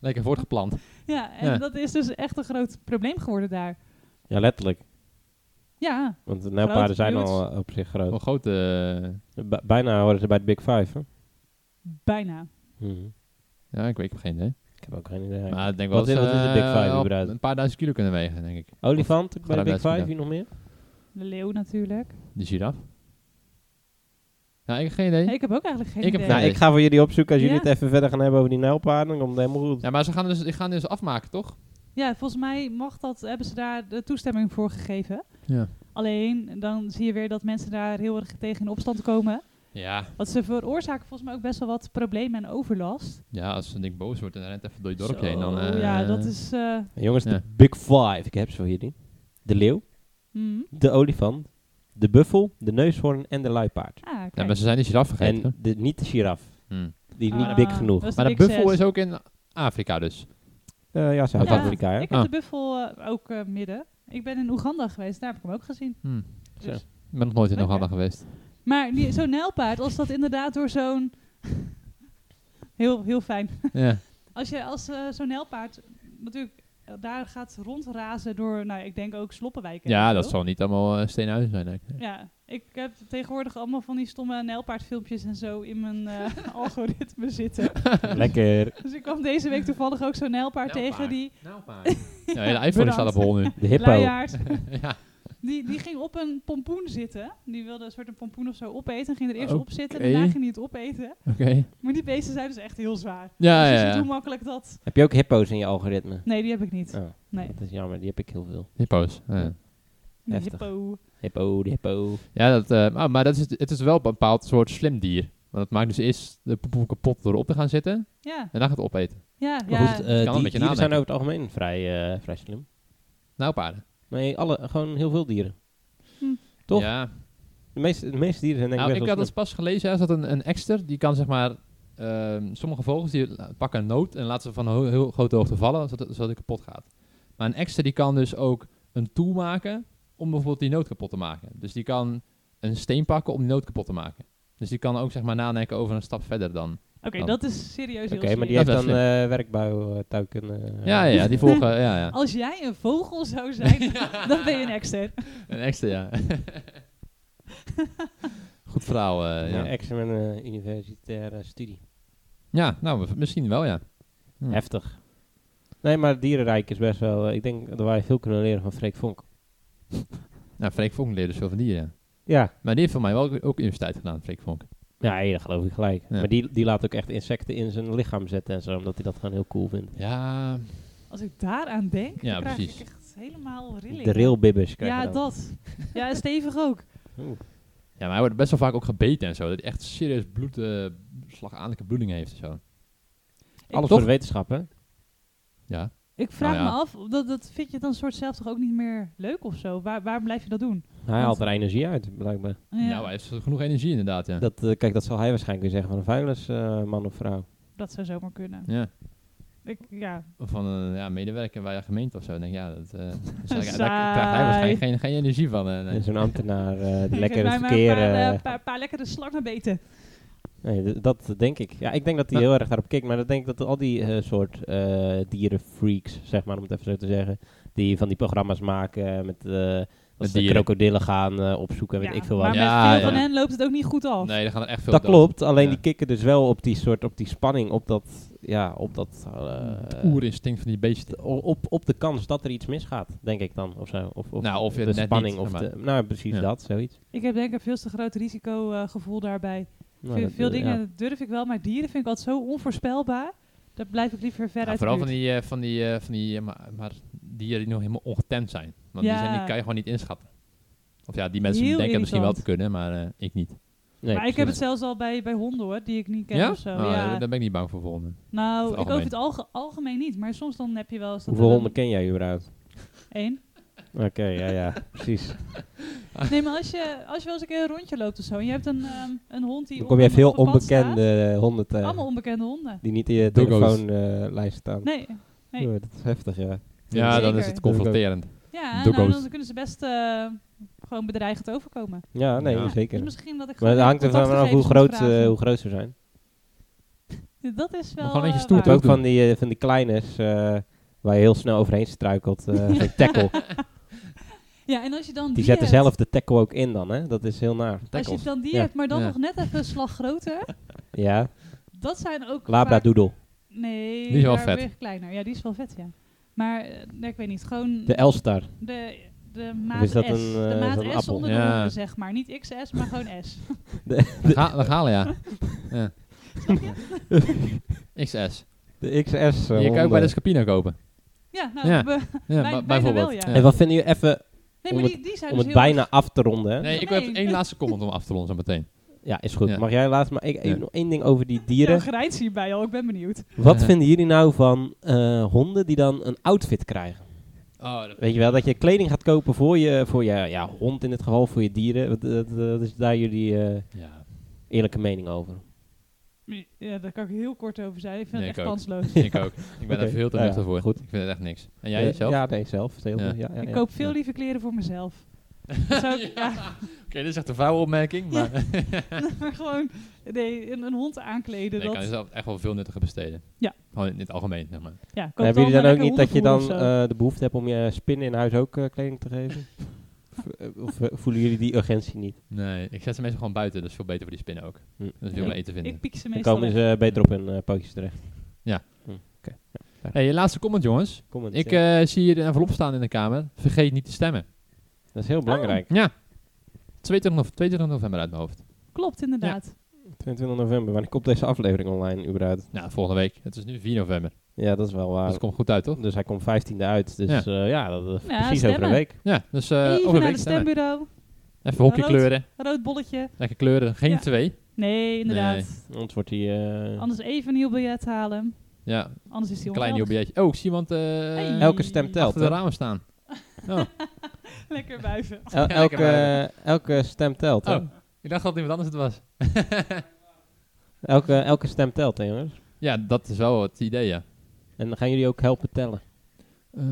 Speaker 4: Lekker voortgeplant.
Speaker 5: Ja, en
Speaker 4: Ja.
Speaker 5: dat is dus echt een groot probleem geworden daar.
Speaker 3: Ja, letterlijk.
Speaker 5: Ja,
Speaker 3: Want de nijlpaarden zijn
Speaker 5: huge.
Speaker 3: al eh, op zich groot.
Speaker 4: Wel grote... eh,
Speaker 3: B- bijna horen ze bij de Big Five, hè?
Speaker 5: bijna.
Speaker 3: Mhm.
Speaker 4: ja, ik weet ik heb geen idee.
Speaker 3: Ik heb ook geen idee.
Speaker 4: Maar ik denk wel
Speaker 3: Wat
Speaker 4: dat
Speaker 3: is-
Speaker 4: ze,
Speaker 3: wat is de Big
Speaker 4: eh,
Speaker 3: Five
Speaker 4: wel
Speaker 3: überhaupt?
Speaker 4: Een paar duizend kilo kunnen wegen, denk ik.
Speaker 3: Olifant ook bij de Big
Speaker 4: Grijpduizend,
Speaker 3: Five,
Speaker 4: ja.
Speaker 3: wie nog meer?
Speaker 5: De leeuw natuurlijk.
Speaker 4: De giraf. Ja, ik heb geen idee.
Speaker 5: Nee, ik heb ook eigenlijk geen
Speaker 4: Ik heb
Speaker 5: idee.
Speaker 4: Ja,
Speaker 3: Nou, ik ga voor jullie opzoeken. Als jullie
Speaker 5: Ja.
Speaker 3: het even verder gaan hebben over die nijlpaarden, dan komt het helemaal goed.
Speaker 4: Ja, maar ze gaan dus, die gaan dus afmaken, toch?
Speaker 5: Ja, volgens mij mag dat, hebben ze daar de toestemming voor gegeven.
Speaker 4: Ja.
Speaker 5: Alleen dan zie je weer dat mensen daar heel erg tegen in opstand komen.
Speaker 4: Ja,
Speaker 5: Want ze veroorzaken volgens mij ook best wel wat problemen en overlast.
Speaker 4: ja als een ding boos wordt en hij rent even door je dorp heen,
Speaker 5: Zo,
Speaker 4: dan... eh,
Speaker 5: ja, dat is... eh,
Speaker 3: Jongens,
Speaker 4: Ja.
Speaker 3: de Big Five. Ik heb ze voor jullie. De leeuw,
Speaker 5: mm.
Speaker 3: de olifant, de buffel, de neushoorn en de luipaard.
Speaker 5: Ah, kijk.
Speaker 4: Ja, maar ze zijn die giraf vergeten.
Speaker 3: En de, niet de giraf.
Speaker 4: Hmm.
Speaker 3: Die is
Speaker 5: Ah,
Speaker 3: niet dik genoeg.
Speaker 5: dat is
Speaker 4: Maar de
Speaker 5: Big
Speaker 4: buffel
Speaker 5: Zes.
Speaker 4: is ook in Afrika dus.
Speaker 3: Eh, ja, Zuid-Afrika,
Speaker 5: Ja,
Speaker 3: hè?
Speaker 5: ik heb
Speaker 4: Ah.
Speaker 5: de buffel eh, ook eh, midden. Ik ben in Oeganda geweest, daar heb ik hem ook gezien.
Speaker 4: Hmm.
Speaker 5: Dus-
Speaker 3: Zo.
Speaker 4: Ik ben nog nooit in
Speaker 5: Lekker.
Speaker 4: Oeganda geweest.
Speaker 5: Maar die- zo'n nijlpaard, als dat inderdaad door zo'n... heel, heel fijn.
Speaker 4: ja.
Speaker 5: Als je als eh, zo'n nijlpaard natuurlijk eh, daar gaat rondrazen door, nou ik denk ook sloppenwijken.
Speaker 4: ja,
Speaker 5: en
Speaker 4: dat
Speaker 5: zo.
Speaker 4: zal niet allemaal eh, steenhuizen zijn. denk ik.
Speaker 5: Ja, ik heb tegenwoordig allemaal van die stomme nijlpaardfilmpjes en zo in mijn eh, algoritme zitten.
Speaker 3: Lekker.
Speaker 5: Dus ik kwam deze week toevallig ook zo'n nijlpaard tegen die
Speaker 4: Ja, de hele iPhone staat op hol nu.
Speaker 3: De hippo.
Speaker 5: luiaard.
Speaker 4: ja.
Speaker 5: Die, die ging op een pompoen zitten. Die wilde een soort een pompoen of zo opeten. Ging er eerst op zitten
Speaker 4: Oké.
Speaker 5: en daarna ging hij het opeten.
Speaker 4: Oké.
Speaker 5: Maar die beesten zijn dus echt heel zwaar.
Speaker 4: Ja,
Speaker 5: dus je
Speaker 4: ja,
Speaker 5: ziet hoe
Speaker 4: ja.
Speaker 5: makkelijk dat...
Speaker 3: Heb je ook hippo's in je algoritme?
Speaker 5: Nee, die heb ik niet.
Speaker 3: Oh,
Speaker 5: Nee,
Speaker 3: dat is jammer. Die heb ik heel veel.
Speaker 4: Hippo's. Ja.
Speaker 5: een
Speaker 3: Heftig.
Speaker 5: hippo.
Speaker 3: Hippo, de hippo.
Speaker 4: Ja, dat, eh, ah, maar dat is, het- het is wel een bepaald soort slim dier. Want het maakt dus eerst de poepoe kapot door op te gaan zitten.
Speaker 5: Ja,
Speaker 4: En dan gaat het opeten.
Speaker 5: ja,
Speaker 3: Maar
Speaker 5: ja.
Speaker 3: goed, eh,
Speaker 4: kan wel een
Speaker 3: die-
Speaker 4: beetje
Speaker 3: dieren zijn
Speaker 4: nadenken.
Speaker 3: over het algemeen vrij, eh, vrij slim.
Speaker 4: Nou, paarden.
Speaker 3: Nee, alle, gewoon heel veel dieren.
Speaker 5: Hm.
Speaker 3: Toch?
Speaker 4: Ja.
Speaker 3: De meeste, de meeste dieren zijn denk ik
Speaker 4: Nou,
Speaker 3: best
Speaker 4: ik
Speaker 3: wel
Speaker 4: had dus pas gelezen, hè, is dat een, een ekster, die kan zeg maar... ehm, sommige vogels die la- pakken een noot en laten ze van ho- heel grote hoogte vallen, zodat, zodat hij kapot gaat. Maar een ekster die kan dus ook een tool maken om bijvoorbeeld die noot kapot te maken. Dus die kan een steen pakken om die noot kapot te maken. Dus die kan ook zeg maar nadenken over een stap verder dan.
Speaker 5: Oké,
Speaker 4: Dan-
Speaker 5: dat is serieus
Speaker 3: slim.
Speaker 5: heel
Speaker 3: Oké, maar die
Speaker 5: slim.
Speaker 4: Dat
Speaker 3: heeft
Speaker 4: is wel
Speaker 3: dan eh, werkbouw, eh, tuiken. eh,
Speaker 4: Ja, ja, die volgen, ja, ja.
Speaker 5: Als jij een vogel zou zijn, dan ben je een exter.
Speaker 4: Een extra, ja. Goed verhaal, eh,
Speaker 3: ja.
Speaker 4: ja. ja.
Speaker 3: Examen eh, universitaire studie.
Speaker 4: nou, m- misschien wel, ja. Hm.
Speaker 3: Heftig. Nee, maar het dierenrijk is best wel... eh, ik denk dat wij veel kunnen leren van Freek Vonk.
Speaker 4: Nou, Freek Vonk leerde dus veel van dieren.
Speaker 3: Ja,
Speaker 4: Maar die heeft voor mij wel ook universiteit gedaan, Freek Vonk.
Speaker 3: ja nee, dat geloof ik gelijk.
Speaker 4: Ja.
Speaker 3: Maar die, die laat ook echt insecten in zijn lichaam zetten en zo, omdat hij dat gewoon heel cool vindt.
Speaker 4: Ja,
Speaker 5: Als ik daaraan denk,
Speaker 4: Ja,
Speaker 5: dan krijg
Speaker 4: precies.
Speaker 5: ik echt helemaal rilling.
Speaker 3: De railbibbers krijg
Speaker 5: Ja,
Speaker 3: je dan.
Speaker 5: dat. Ja, en stevig ook.
Speaker 3: Oeh.
Speaker 4: ja, maar hij wordt best wel vaak ook gebeten en zo. Dat hij echt serieus bloed, eh, slagaanlijke bloeding heeft en zo.
Speaker 3: Alles
Speaker 4: toch?
Speaker 3: voor de wetenschap, hè?
Speaker 4: Ja.
Speaker 5: Ik vraag
Speaker 4: Nou ja.
Speaker 5: me af, dat, dat vind je dan soort zelf toch ook niet meer leuk of zo? Waar, waar blijf je dat doen? Eh,
Speaker 3: Hij haalt er energie uit, blijkbaar.
Speaker 5: Ja,
Speaker 4: Nou, hij heeft genoeg energie inderdaad, ja.
Speaker 3: Dat, eh, kijk, dat zal hij waarschijnlijk weer zeggen van een vuilnisman man of vrouw.
Speaker 5: dat zou zomaar kunnen.
Speaker 4: ja.
Speaker 5: Ik, ja.
Speaker 4: Of van een ja, medewerker bij een gemeente of zo. Dan denk ik, ja, dat, eh, waarschijnlijk- daar,
Speaker 5: Saai.
Speaker 4: krijgt hij waarschijnlijk geen, geen energie van. eh, nee.
Speaker 3: En Zo'n ambtenaar eh, die
Speaker 5: Geef
Speaker 3: lekker
Speaker 5: mij
Speaker 3: het
Speaker 5: maar
Speaker 3: verkeer...
Speaker 5: Een paar, eh,
Speaker 3: eh,
Speaker 5: paar, paar lekkere slangenbeten.
Speaker 3: Nee, d- dat denk ik. Ja, ik denk dat hij
Speaker 4: Maar-
Speaker 3: heel erg daarop kikt. Maar dan denk ik dat al die eh, soort eh, dierenfreaks, zeg maar, om het even zo te zeggen, die van die programma's maken eh, met, eh dat
Speaker 4: Met
Speaker 3: ze
Speaker 4: dieren.
Speaker 3: krokodillen gaan eh, opzoeken, weet
Speaker 5: Ja,
Speaker 3: ik veel
Speaker 5: Maar
Speaker 3: wat.
Speaker 4: Ja,
Speaker 5: met veel van
Speaker 4: ja.
Speaker 5: hen loopt het ook niet goed af.
Speaker 4: Nee, er gaan er echt veel
Speaker 3: Dat
Speaker 4: dood.
Speaker 3: klopt, alleen
Speaker 4: Ja.
Speaker 3: die kikken dus wel op die soort, op die spanning, op dat, ja, op dat, eh,
Speaker 4: Het oerinstinct van die beesten.
Speaker 3: o- op, op de kans dat er iets misgaat, denk ik dan, of zo. Of, of
Speaker 4: Nou, of
Speaker 3: de
Speaker 4: net niet,
Speaker 3: spanning, of
Speaker 4: maar-
Speaker 3: de, nou precies
Speaker 4: Ja.
Speaker 3: dat, zoiets.
Speaker 5: Ik heb denk ik een veel te groot risicogevoel eh, daarbij.
Speaker 3: Nou,
Speaker 5: veel
Speaker 3: dat,
Speaker 5: veel
Speaker 3: eh,
Speaker 5: dingen
Speaker 3: ja.
Speaker 5: durf ik wel, maar dieren vind ik altijd zo onvoorspelbaar. Daar blijf ik liever ver
Speaker 3: Nou,
Speaker 4: Ja,
Speaker 5: uit de
Speaker 4: vooral van
Speaker 5: buurt.
Speaker 4: die, eh, van die, eh, van die eh, maar, maar dieren die nog helemaal ongetemd zijn. Want
Speaker 5: Ja.
Speaker 4: die, zijn, die kan je gewoon niet inschatten. Of ja, die mensen
Speaker 5: Heel
Speaker 4: denken het misschien wel te
Speaker 5: irritant.
Speaker 4: kunnen, maar eh, ik niet.
Speaker 3: Nee,
Speaker 5: maar ik heb
Speaker 3: precies.
Speaker 5: het zelfs al bij, bij honden hoor, die ik niet ken
Speaker 4: ja?
Speaker 5: of zo.
Speaker 3: Oh,
Speaker 4: Nou,
Speaker 5: ja.
Speaker 4: Daar ben ik niet bang voor volgende.
Speaker 5: nou,
Speaker 4: het
Speaker 5: ik
Speaker 4: algemeen.
Speaker 5: over het alge- algemeen niet, maar soms dan heb je wel eens dat
Speaker 3: Hoeveel
Speaker 5: er
Speaker 3: honden
Speaker 5: dan
Speaker 3: ken jij überhaupt?
Speaker 5: één.
Speaker 3: Oké, ja, ja, precies.
Speaker 5: Nee, maar als je, als je wel eens een keer een rondje loopt of zo en je hebt een, ehm, een hond die
Speaker 3: Dan kom je
Speaker 5: op-
Speaker 3: veel
Speaker 5: op een pad staat.
Speaker 3: onbekende honden tegen.
Speaker 5: Allemaal onbekende honden.
Speaker 3: Die niet in je
Speaker 4: Doggo's.
Speaker 3: telefoonlijst staan.
Speaker 5: Nee. nee.
Speaker 3: Oeh, dat is heftig, ja.
Speaker 4: Ja, dan
Speaker 5: Zeker.
Speaker 4: is het confronterend.
Speaker 5: Ja, nou,
Speaker 4: Doeko's.
Speaker 5: dan kunnen ze best eh, gewoon bedreigend overkomen.
Speaker 3: Ja, nee,
Speaker 4: Ja.
Speaker 5: Dus
Speaker 3: zeker.
Speaker 5: misschien dat ik
Speaker 3: Maar
Speaker 5: gewoon
Speaker 3: het hangt
Speaker 5: even
Speaker 3: er van af hoe groot,
Speaker 5: contactgegevens moet
Speaker 3: eh, ze-
Speaker 5: vragen.
Speaker 3: hoe groot ze zijn.
Speaker 5: Dat is wel.
Speaker 4: gewoon een beetje
Speaker 5: eh,
Speaker 4: stoer
Speaker 5: waar.
Speaker 3: Je hebt ook
Speaker 4: doen.
Speaker 3: van die, eh, van die kleines eh, waar je heel snel overheen struikelt. eh zo'n tackle.
Speaker 5: Ja, en als je dan die,
Speaker 3: Die zetten
Speaker 5: hebt,
Speaker 3: zelf de tackle ook in dan, hè. Dat is heel naar.
Speaker 5: Als je
Speaker 4: Tackles.
Speaker 5: dan die
Speaker 3: Ja.
Speaker 5: hebt, maar dan
Speaker 4: Ja.
Speaker 5: nog net even een slag groter.
Speaker 3: Ja,
Speaker 5: Dat zijn ook. vaak-
Speaker 3: labradoodle.
Speaker 5: Nee,
Speaker 4: Die is wel
Speaker 5: daar
Speaker 4: vet.
Speaker 5: weer kleiner. Ja, die is wel vet, ja. Maar eh, nee, ik weet niet, gewoon
Speaker 3: De
Speaker 5: de,
Speaker 3: Elstar.
Speaker 5: de, maat
Speaker 3: is dat
Speaker 5: S.
Speaker 3: een,
Speaker 5: de
Speaker 3: eh,
Speaker 5: maat
Speaker 3: zo'n
Speaker 5: S
Speaker 3: appel?
Speaker 5: onder de
Speaker 4: Ja.
Speaker 5: honden, zeg maar. Niet XS, maar gewoon S.
Speaker 4: Ga, we gaan, ja. ja. XS.
Speaker 3: De XS. eh,
Speaker 4: je kan ook bij
Speaker 3: honden.
Speaker 4: de Scapino kopen.
Speaker 5: ja, nou,
Speaker 4: Ja.
Speaker 5: we-
Speaker 4: Ja,
Speaker 5: Bij-
Speaker 4: bij-
Speaker 5: bijna
Speaker 4: bijvoorbeeld.
Speaker 5: wel, ja.
Speaker 3: En wat vinden jullie even,
Speaker 5: nee,
Speaker 3: Om
Speaker 5: maar
Speaker 3: het-
Speaker 5: die, die zijn
Speaker 3: om
Speaker 5: dus
Speaker 3: het
Speaker 5: heel
Speaker 3: bijna af te ronden, hè?
Speaker 4: Nee, ik
Speaker 5: Nee.
Speaker 4: heb één laatste comment om af te ronden zo meteen.
Speaker 3: Ja, is goed.
Speaker 4: Ja.
Speaker 3: Mag jij laatst maar ik,
Speaker 4: Ja.
Speaker 3: nog één ding over die dieren.
Speaker 5: Ja, grijns hierbij al, ik ben benieuwd.
Speaker 3: Wat
Speaker 4: Eh.
Speaker 3: vinden jullie nou van eh, honden die dan een outfit krijgen?
Speaker 1: Oh, dat
Speaker 3: Weet je wel, dat je kleding gaat kopen voor je, voor je ja, hond in dit geval, voor je dieren. Wat, dat, dat is daar jullie eh,
Speaker 4: Ja,
Speaker 3: eerlijke mening over?
Speaker 5: Ja, daar kan ik heel kort over zijn. Ik vind
Speaker 4: Nee,
Speaker 5: het
Speaker 4: ik
Speaker 5: echt
Speaker 4: ook.
Speaker 5: kansloos.
Speaker 4: ik ook. Ik ben
Speaker 3: Oké.
Speaker 4: daar veel te
Speaker 3: Nou ja,
Speaker 4: nuchter voor.
Speaker 3: goed.
Speaker 4: Ik vind het echt niks. En jij
Speaker 3: Eh,
Speaker 4: zelf?
Speaker 3: Ja, nee, zelf. Zelf,
Speaker 4: Ja.
Speaker 3: Ja. Ja, ja,
Speaker 5: ik koop veel liever kleren voor mezelf. Dat zou ik- ja.
Speaker 4: Oké, dit is echt een vrouwenopmerking, maar...
Speaker 5: maar gewoon nee, een, een hond aankleden.
Speaker 4: Nee,
Speaker 5: dat,
Speaker 4: kan je zelf echt wel veel nuttiger besteden.
Speaker 5: Ja.
Speaker 4: Gewoon in het algemeen, zeg maar.
Speaker 5: ja, koop
Speaker 3: Maar Hebben jullie
Speaker 5: allemaal
Speaker 3: dan ook
Speaker 5: lekker
Speaker 3: niet dat je dan
Speaker 5: hondenvoer of zo.
Speaker 3: eh, de behoefte hebt om je spinnen in huis ook eh, kleding te geven? of, eh, of eh, voelen jullie die urgentie niet?
Speaker 4: Nee, ik zet ze meestal gewoon buiten. Dat is veel beter voor die spinnen ook.
Speaker 3: Hm.
Speaker 4: Dat is veel
Speaker 3: Ja.
Speaker 4: meer eten vinden.
Speaker 5: ik piek ze
Speaker 3: Dan
Speaker 5: meestal
Speaker 3: komen
Speaker 5: weg.
Speaker 3: ze beter op hun eh, pootjes terecht.
Speaker 4: hey, laatste comment, jongens.
Speaker 3: Comment,
Speaker 4: Ik
Speaker 3: ja.
Speaker 4: eh, zie hier een envelop staan in de kamer. Vergeet niet te stemmen.
Speaker 3: dat is heel
Speaker 5: Oh.
Speaker 3: belangrijk.
Speaker 4: Ja. 22, nove- 22 november uit mijn hoofd.
Speaker 5: Klopt, inderdaad.
Speaker 3: 22 november, wanneer komt deze aflevering online überhaupt?
Speaker 4: Nou, volgende week. Het is nu 4 november.
Speaker 3: Ja, dat is wel waar.
Speaker 4: Dus het komt goed uit, toch?
Speaker 3: Dus hij komt 15e uit. Dus
Speaker 4: Ja.
Speaker 3: ja, ja dat, dat-
Speaker 5: Ja,
Speaker 3: precies over
Speaker 5: stemmen.
Speaker 3: een week.
Speaker 4: Ja, dus eh over
Speaker 5: Even
Speaker 4: een
Speaker 5: naar
Speaker 4: week
Speaker 5: het
Speaker 4: stemmen.
Speaker 5: stembureau.
Speaker 4: Even hokje
Speaker 5: Rood.
Speaker 4: kleuren.
Speaker 5: Rood bolletje.
Speaker 4: Lekker kleuren. Geen
Speaker 5: Ja.
Speaker 4: twee.
Speaker 5: Nee, inderdaad.
Speaker 3: Anders wordt hij... eh,
Speaker 5: Anders even een nieuw biljet halen.
Speaker 4: Ja,
Speaker 5: Anders is die
Speaker 4: klein nieuw
Speaker 5: ongeldig.
Speaker 4: billetje. Oh, ik zie iemand eh
Speaker 5: Hey.
Speaker 3: Elke stem telt,
Speaker 4: achter de
Speaker 3: hè?
Speaker 4: ramen staan. Oh,
Speaker 5: Lekker buiven.
Speaker 3: el-
Speaker 4: Ja,
Speaker 3: elke, eh,
Speaker 4: lekker bij
Speaker 3: elke stem telt, hè?
Speaker 4: Oh, ik dacht dat iemand anders het was.
Speaker 3: Elke, elke stem telt, hè, jongens?
Speaker 4: Ja, dat is wel het idee, ja.
Speaker 3: En dan gaan jullie ook helpen tellen.
Speaker 4: Eh,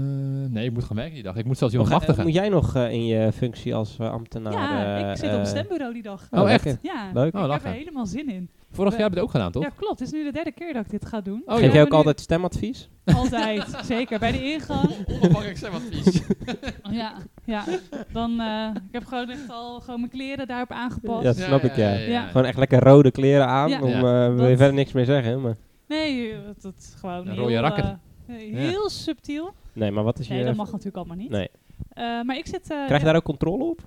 Speaker 4: nee, ik moet gaan werken die dag. Ik moet zelfs
Speaker 3: Of
Speaker 4: iemand
Speaker 3: ga-
Speaker 4: machtigen.
Speaker 3: moet jij nog eh, in je functie als eh, ambtenaar...
Speaker 5: ja,
Speaker 3: eh,
Speaker 5: ik zit op het
Speaker 3: eh,
Speaker 5: stembureau die dag.
Speaker 3: Oh,
Speaker 4: Oh, echt?
Speaker 3: lekker.
Speaker 5: Ja,
Speaker 3: Leuk.
Speaker 4: Oh,
Speaker 5: ik heb
Speaker 4: lachen.
Speaker 5: er helemaal zin in.
Speaker 4: Vorig jaar heb je het ook gedaan, toch?
Speaker 5: Ja, klopt. Het is nu de derde keer dat ik dit ga doen.
Speaker 4: Oh,
Speaker 5: We
Speaker 4: ja.
Speaker 3: Geef
Speaker 5: hebben
Speaker 3: jij ook
Speaker 5: nu-
Speaker 3: altijd stemadvies?
Speaker 5: Altijd, zeker. Bij de ingang.
Speaker 4: Onafhankelijk zijn wat vies.
Speaker 5: Ja, ja. Dan, eh, ik heb gewoon echt al gewoon mijn kleren daarop aangepast.
Speaker 3: Ja, snap ik, ja.
Speaker 5: Ja.
Speaker 3: Gewoon echt lekker rode kleren aan.
Speaker 5: Ja.
Speaker 3: Om, eh, wil je
Speaker 5: Dat-
Speaker 3: verder niks meer zeggen, maar...
Speaker 5: Nee, dat, dat is gewoon
Speaker 4: Een
Speaker 5: heel,
Speaker 4: rode rakker.
Speaker 5: eh, heel subtiel.
Speaker 3: Nee, maar wat is
Speaker 5: Nee,
Speaker 3: je...
Speaker 5: dat mag natuurlijk allemaal niet.
Speaker 3: Nee.
Speaker 5: Eh, maar ik zit... eh,
Speaker 3: Krijg je
Speaker 5: ja,
Speaker 3: daar ook controle op?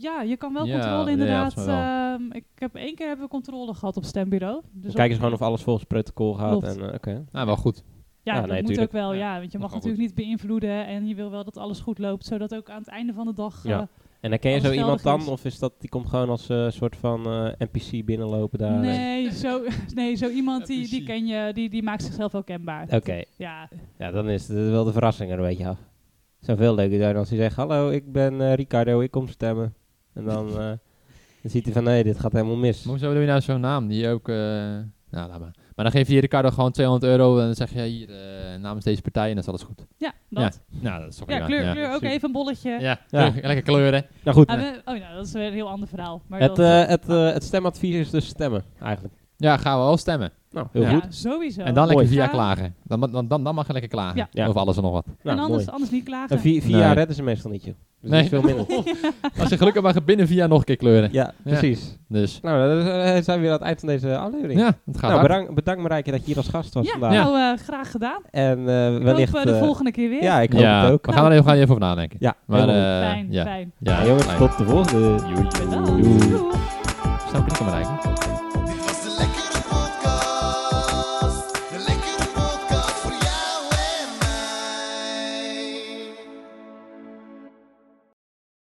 Speaker 5: ja, je kan wel
Speaker 4: Ja,
Speaker 5: controle
Speaker 4: ja,
Speaker 5: inderdaad.
Speaker 4: volgens mij
Speaker 5: ehm, ik heb één keer hebben we controle gehad op stembureau. Dus
Speaker 3: Dan
Speaker 5: op-
Speaker 3: kijken ze gewoon of alles volgens protocol gaat.
Speaker 5: Klopt.
Speaker 3: En, eh, oké.
Speaker 4: Nou, wel goed.
Speaker 5: ja,
Speaker 3: ja,
Speaker 5: dat
Speaker 3: nee,
Speaker 5: moet
Speaker 3: tuurlijk.
Speaker 5: ook wel, ja.
Speaker 4: Ja,
Speaker 5: want je
Speaker 4: dat
Speaker 5: mag
Speaker 4: is wel
Speaker 5: natuurlijk niet beïnvloeden en je wil wel dat alles goed loopt, zodat ook aan het einde van de dag... eh,
Speaker 3: Ja. En herken je
Speaker 5: Als
Speaker 3: zo
Speaker 5: het
Speaker 3: iemand
Speaker 5: geldig
Speaker 3: dan?
Speaker 5: is.
Speaker 3: Of is dat, die komt gewoon als eh, soort van eh, NPC binnenlopen daar? en-
Speaker 5: nee, zo, nee, zo iemand die, die
Speaker 4: precies.
Speaker 5: ken je, die, die maakt zichzelf wel kenbaar.
Speaker 3: Oké,
Speaker 5: Ja,
Speaker 3: ja, dan is het wel de verrassing er een beetje af. Het zou veel leuker zijn als hij zegt, hallo, ik ben eh, Ricardo, ik kom stemmen. En dan, eh, dan ziet hij van, nee, dit gaat helemaal mis.
Speaker 4: Maar hoezo doe je nou zo'n naam die ook... eh, Nou, laat maar. Maar dan geef je Ricardo gewoon 200 euro en dan zeg je hier eh, namens deze partij en dan is alles goed.
Speaker 5: Ja, dat.
Speaker 4: Nou, dat is toch
Speaker 5: Ja,
Speaker 4: prima.
Speaker 5: kleur,
Speaker 4: ja.
Speaker 5: kleur ook
Speaker 4: Super.
Speaker 5: even een bolletje.
Speaker 4: Ja,
Speaker 3: Ja.
Speaker 4: kleur, lekker kleuren.
Speaker 3: Nou goed,
Speaker 5: Ah, we- oh ja, dat is weer een heel ander verhaal. Maar
Speaker 3: het,
Speaker 5: dat,
Speaker 3: eh, het, eh, het stemadvies is dus stemmen, eigenlijk.
Speaker 4: Ja, gaan we wel stemmen.
Speaker 3: Nou, heel
Speaker 4: Ja.
Speaker 3: goed.
Speaker 5: ja, sowieso.
Speaker 4: en dan lekker
Speaker 3: mooi.
Speaker 4: via
Speaker 5: Ja.
Speaker 4: klagen. Dan, ma- dan, dan, dan mag je lekker klagen.
Speaker 5: Ja.
Speaker 3: Ja.
Speaker 4: Over alles en nog wat.
Speaker 3: Nou,
Speaker 5: en anders, anders niet klagen.
Speaker 3: mooi. Via, via
Speaker 4: Nee.
Speaker 3: redden ze meestal niet, joh. Dus
Speaker 4: Nee.
Speaker 3: dat is veel minder.
Speaker 4: Als je gelukkig mag binnen via nog een keer kleuren.
Speaker 3: ja, precies.
Speaker 4: Dus
Speaker 3: Nou, dan eh, zijn we weer aan het eind van deze aflevering.
Speaker 4: ja, het gaat
Speaker 3: nou,
Speaker 4: hard.
Speaker 3: bedankt, bedankt Marijke dat je hier als gast was
Speaker 5: ja,
Speaker 3: vandaag.
Speaker 5: nou, eh, graag gedaan.
Speaker 3: En eh,
Speaker 5: Ik
Speaker 3: wellicht...
Speaker 5: hoop eh, de
Speaker 3: eh,
Speaker 5: volgende keer weer.
Speaker 3: ja, ik hoop
Speaker 4: Ja,
Speaker 3: het ook.
Speaker 4: we gaan er even, we gaan er even over nadenken.
Speaker 3: Ja,
Speaker 4: Maar,
Speaker 3: helemaal
Speaker 4: eh,
Speaker 5: fijn,
Speaker 4: ja.
Speaker 5: fijn.
Speaker 4: Ja,
Speaker 3: goed. jongens,
Speaker 4: fijn.
Speaker 3: tot de volgende.
Speaker 4: Joe.
Speaker 5: Bedankt.
Speaker 4: Joe.
Speaker 5: Doeg.
Speaker 4: Snap je het, Marijke?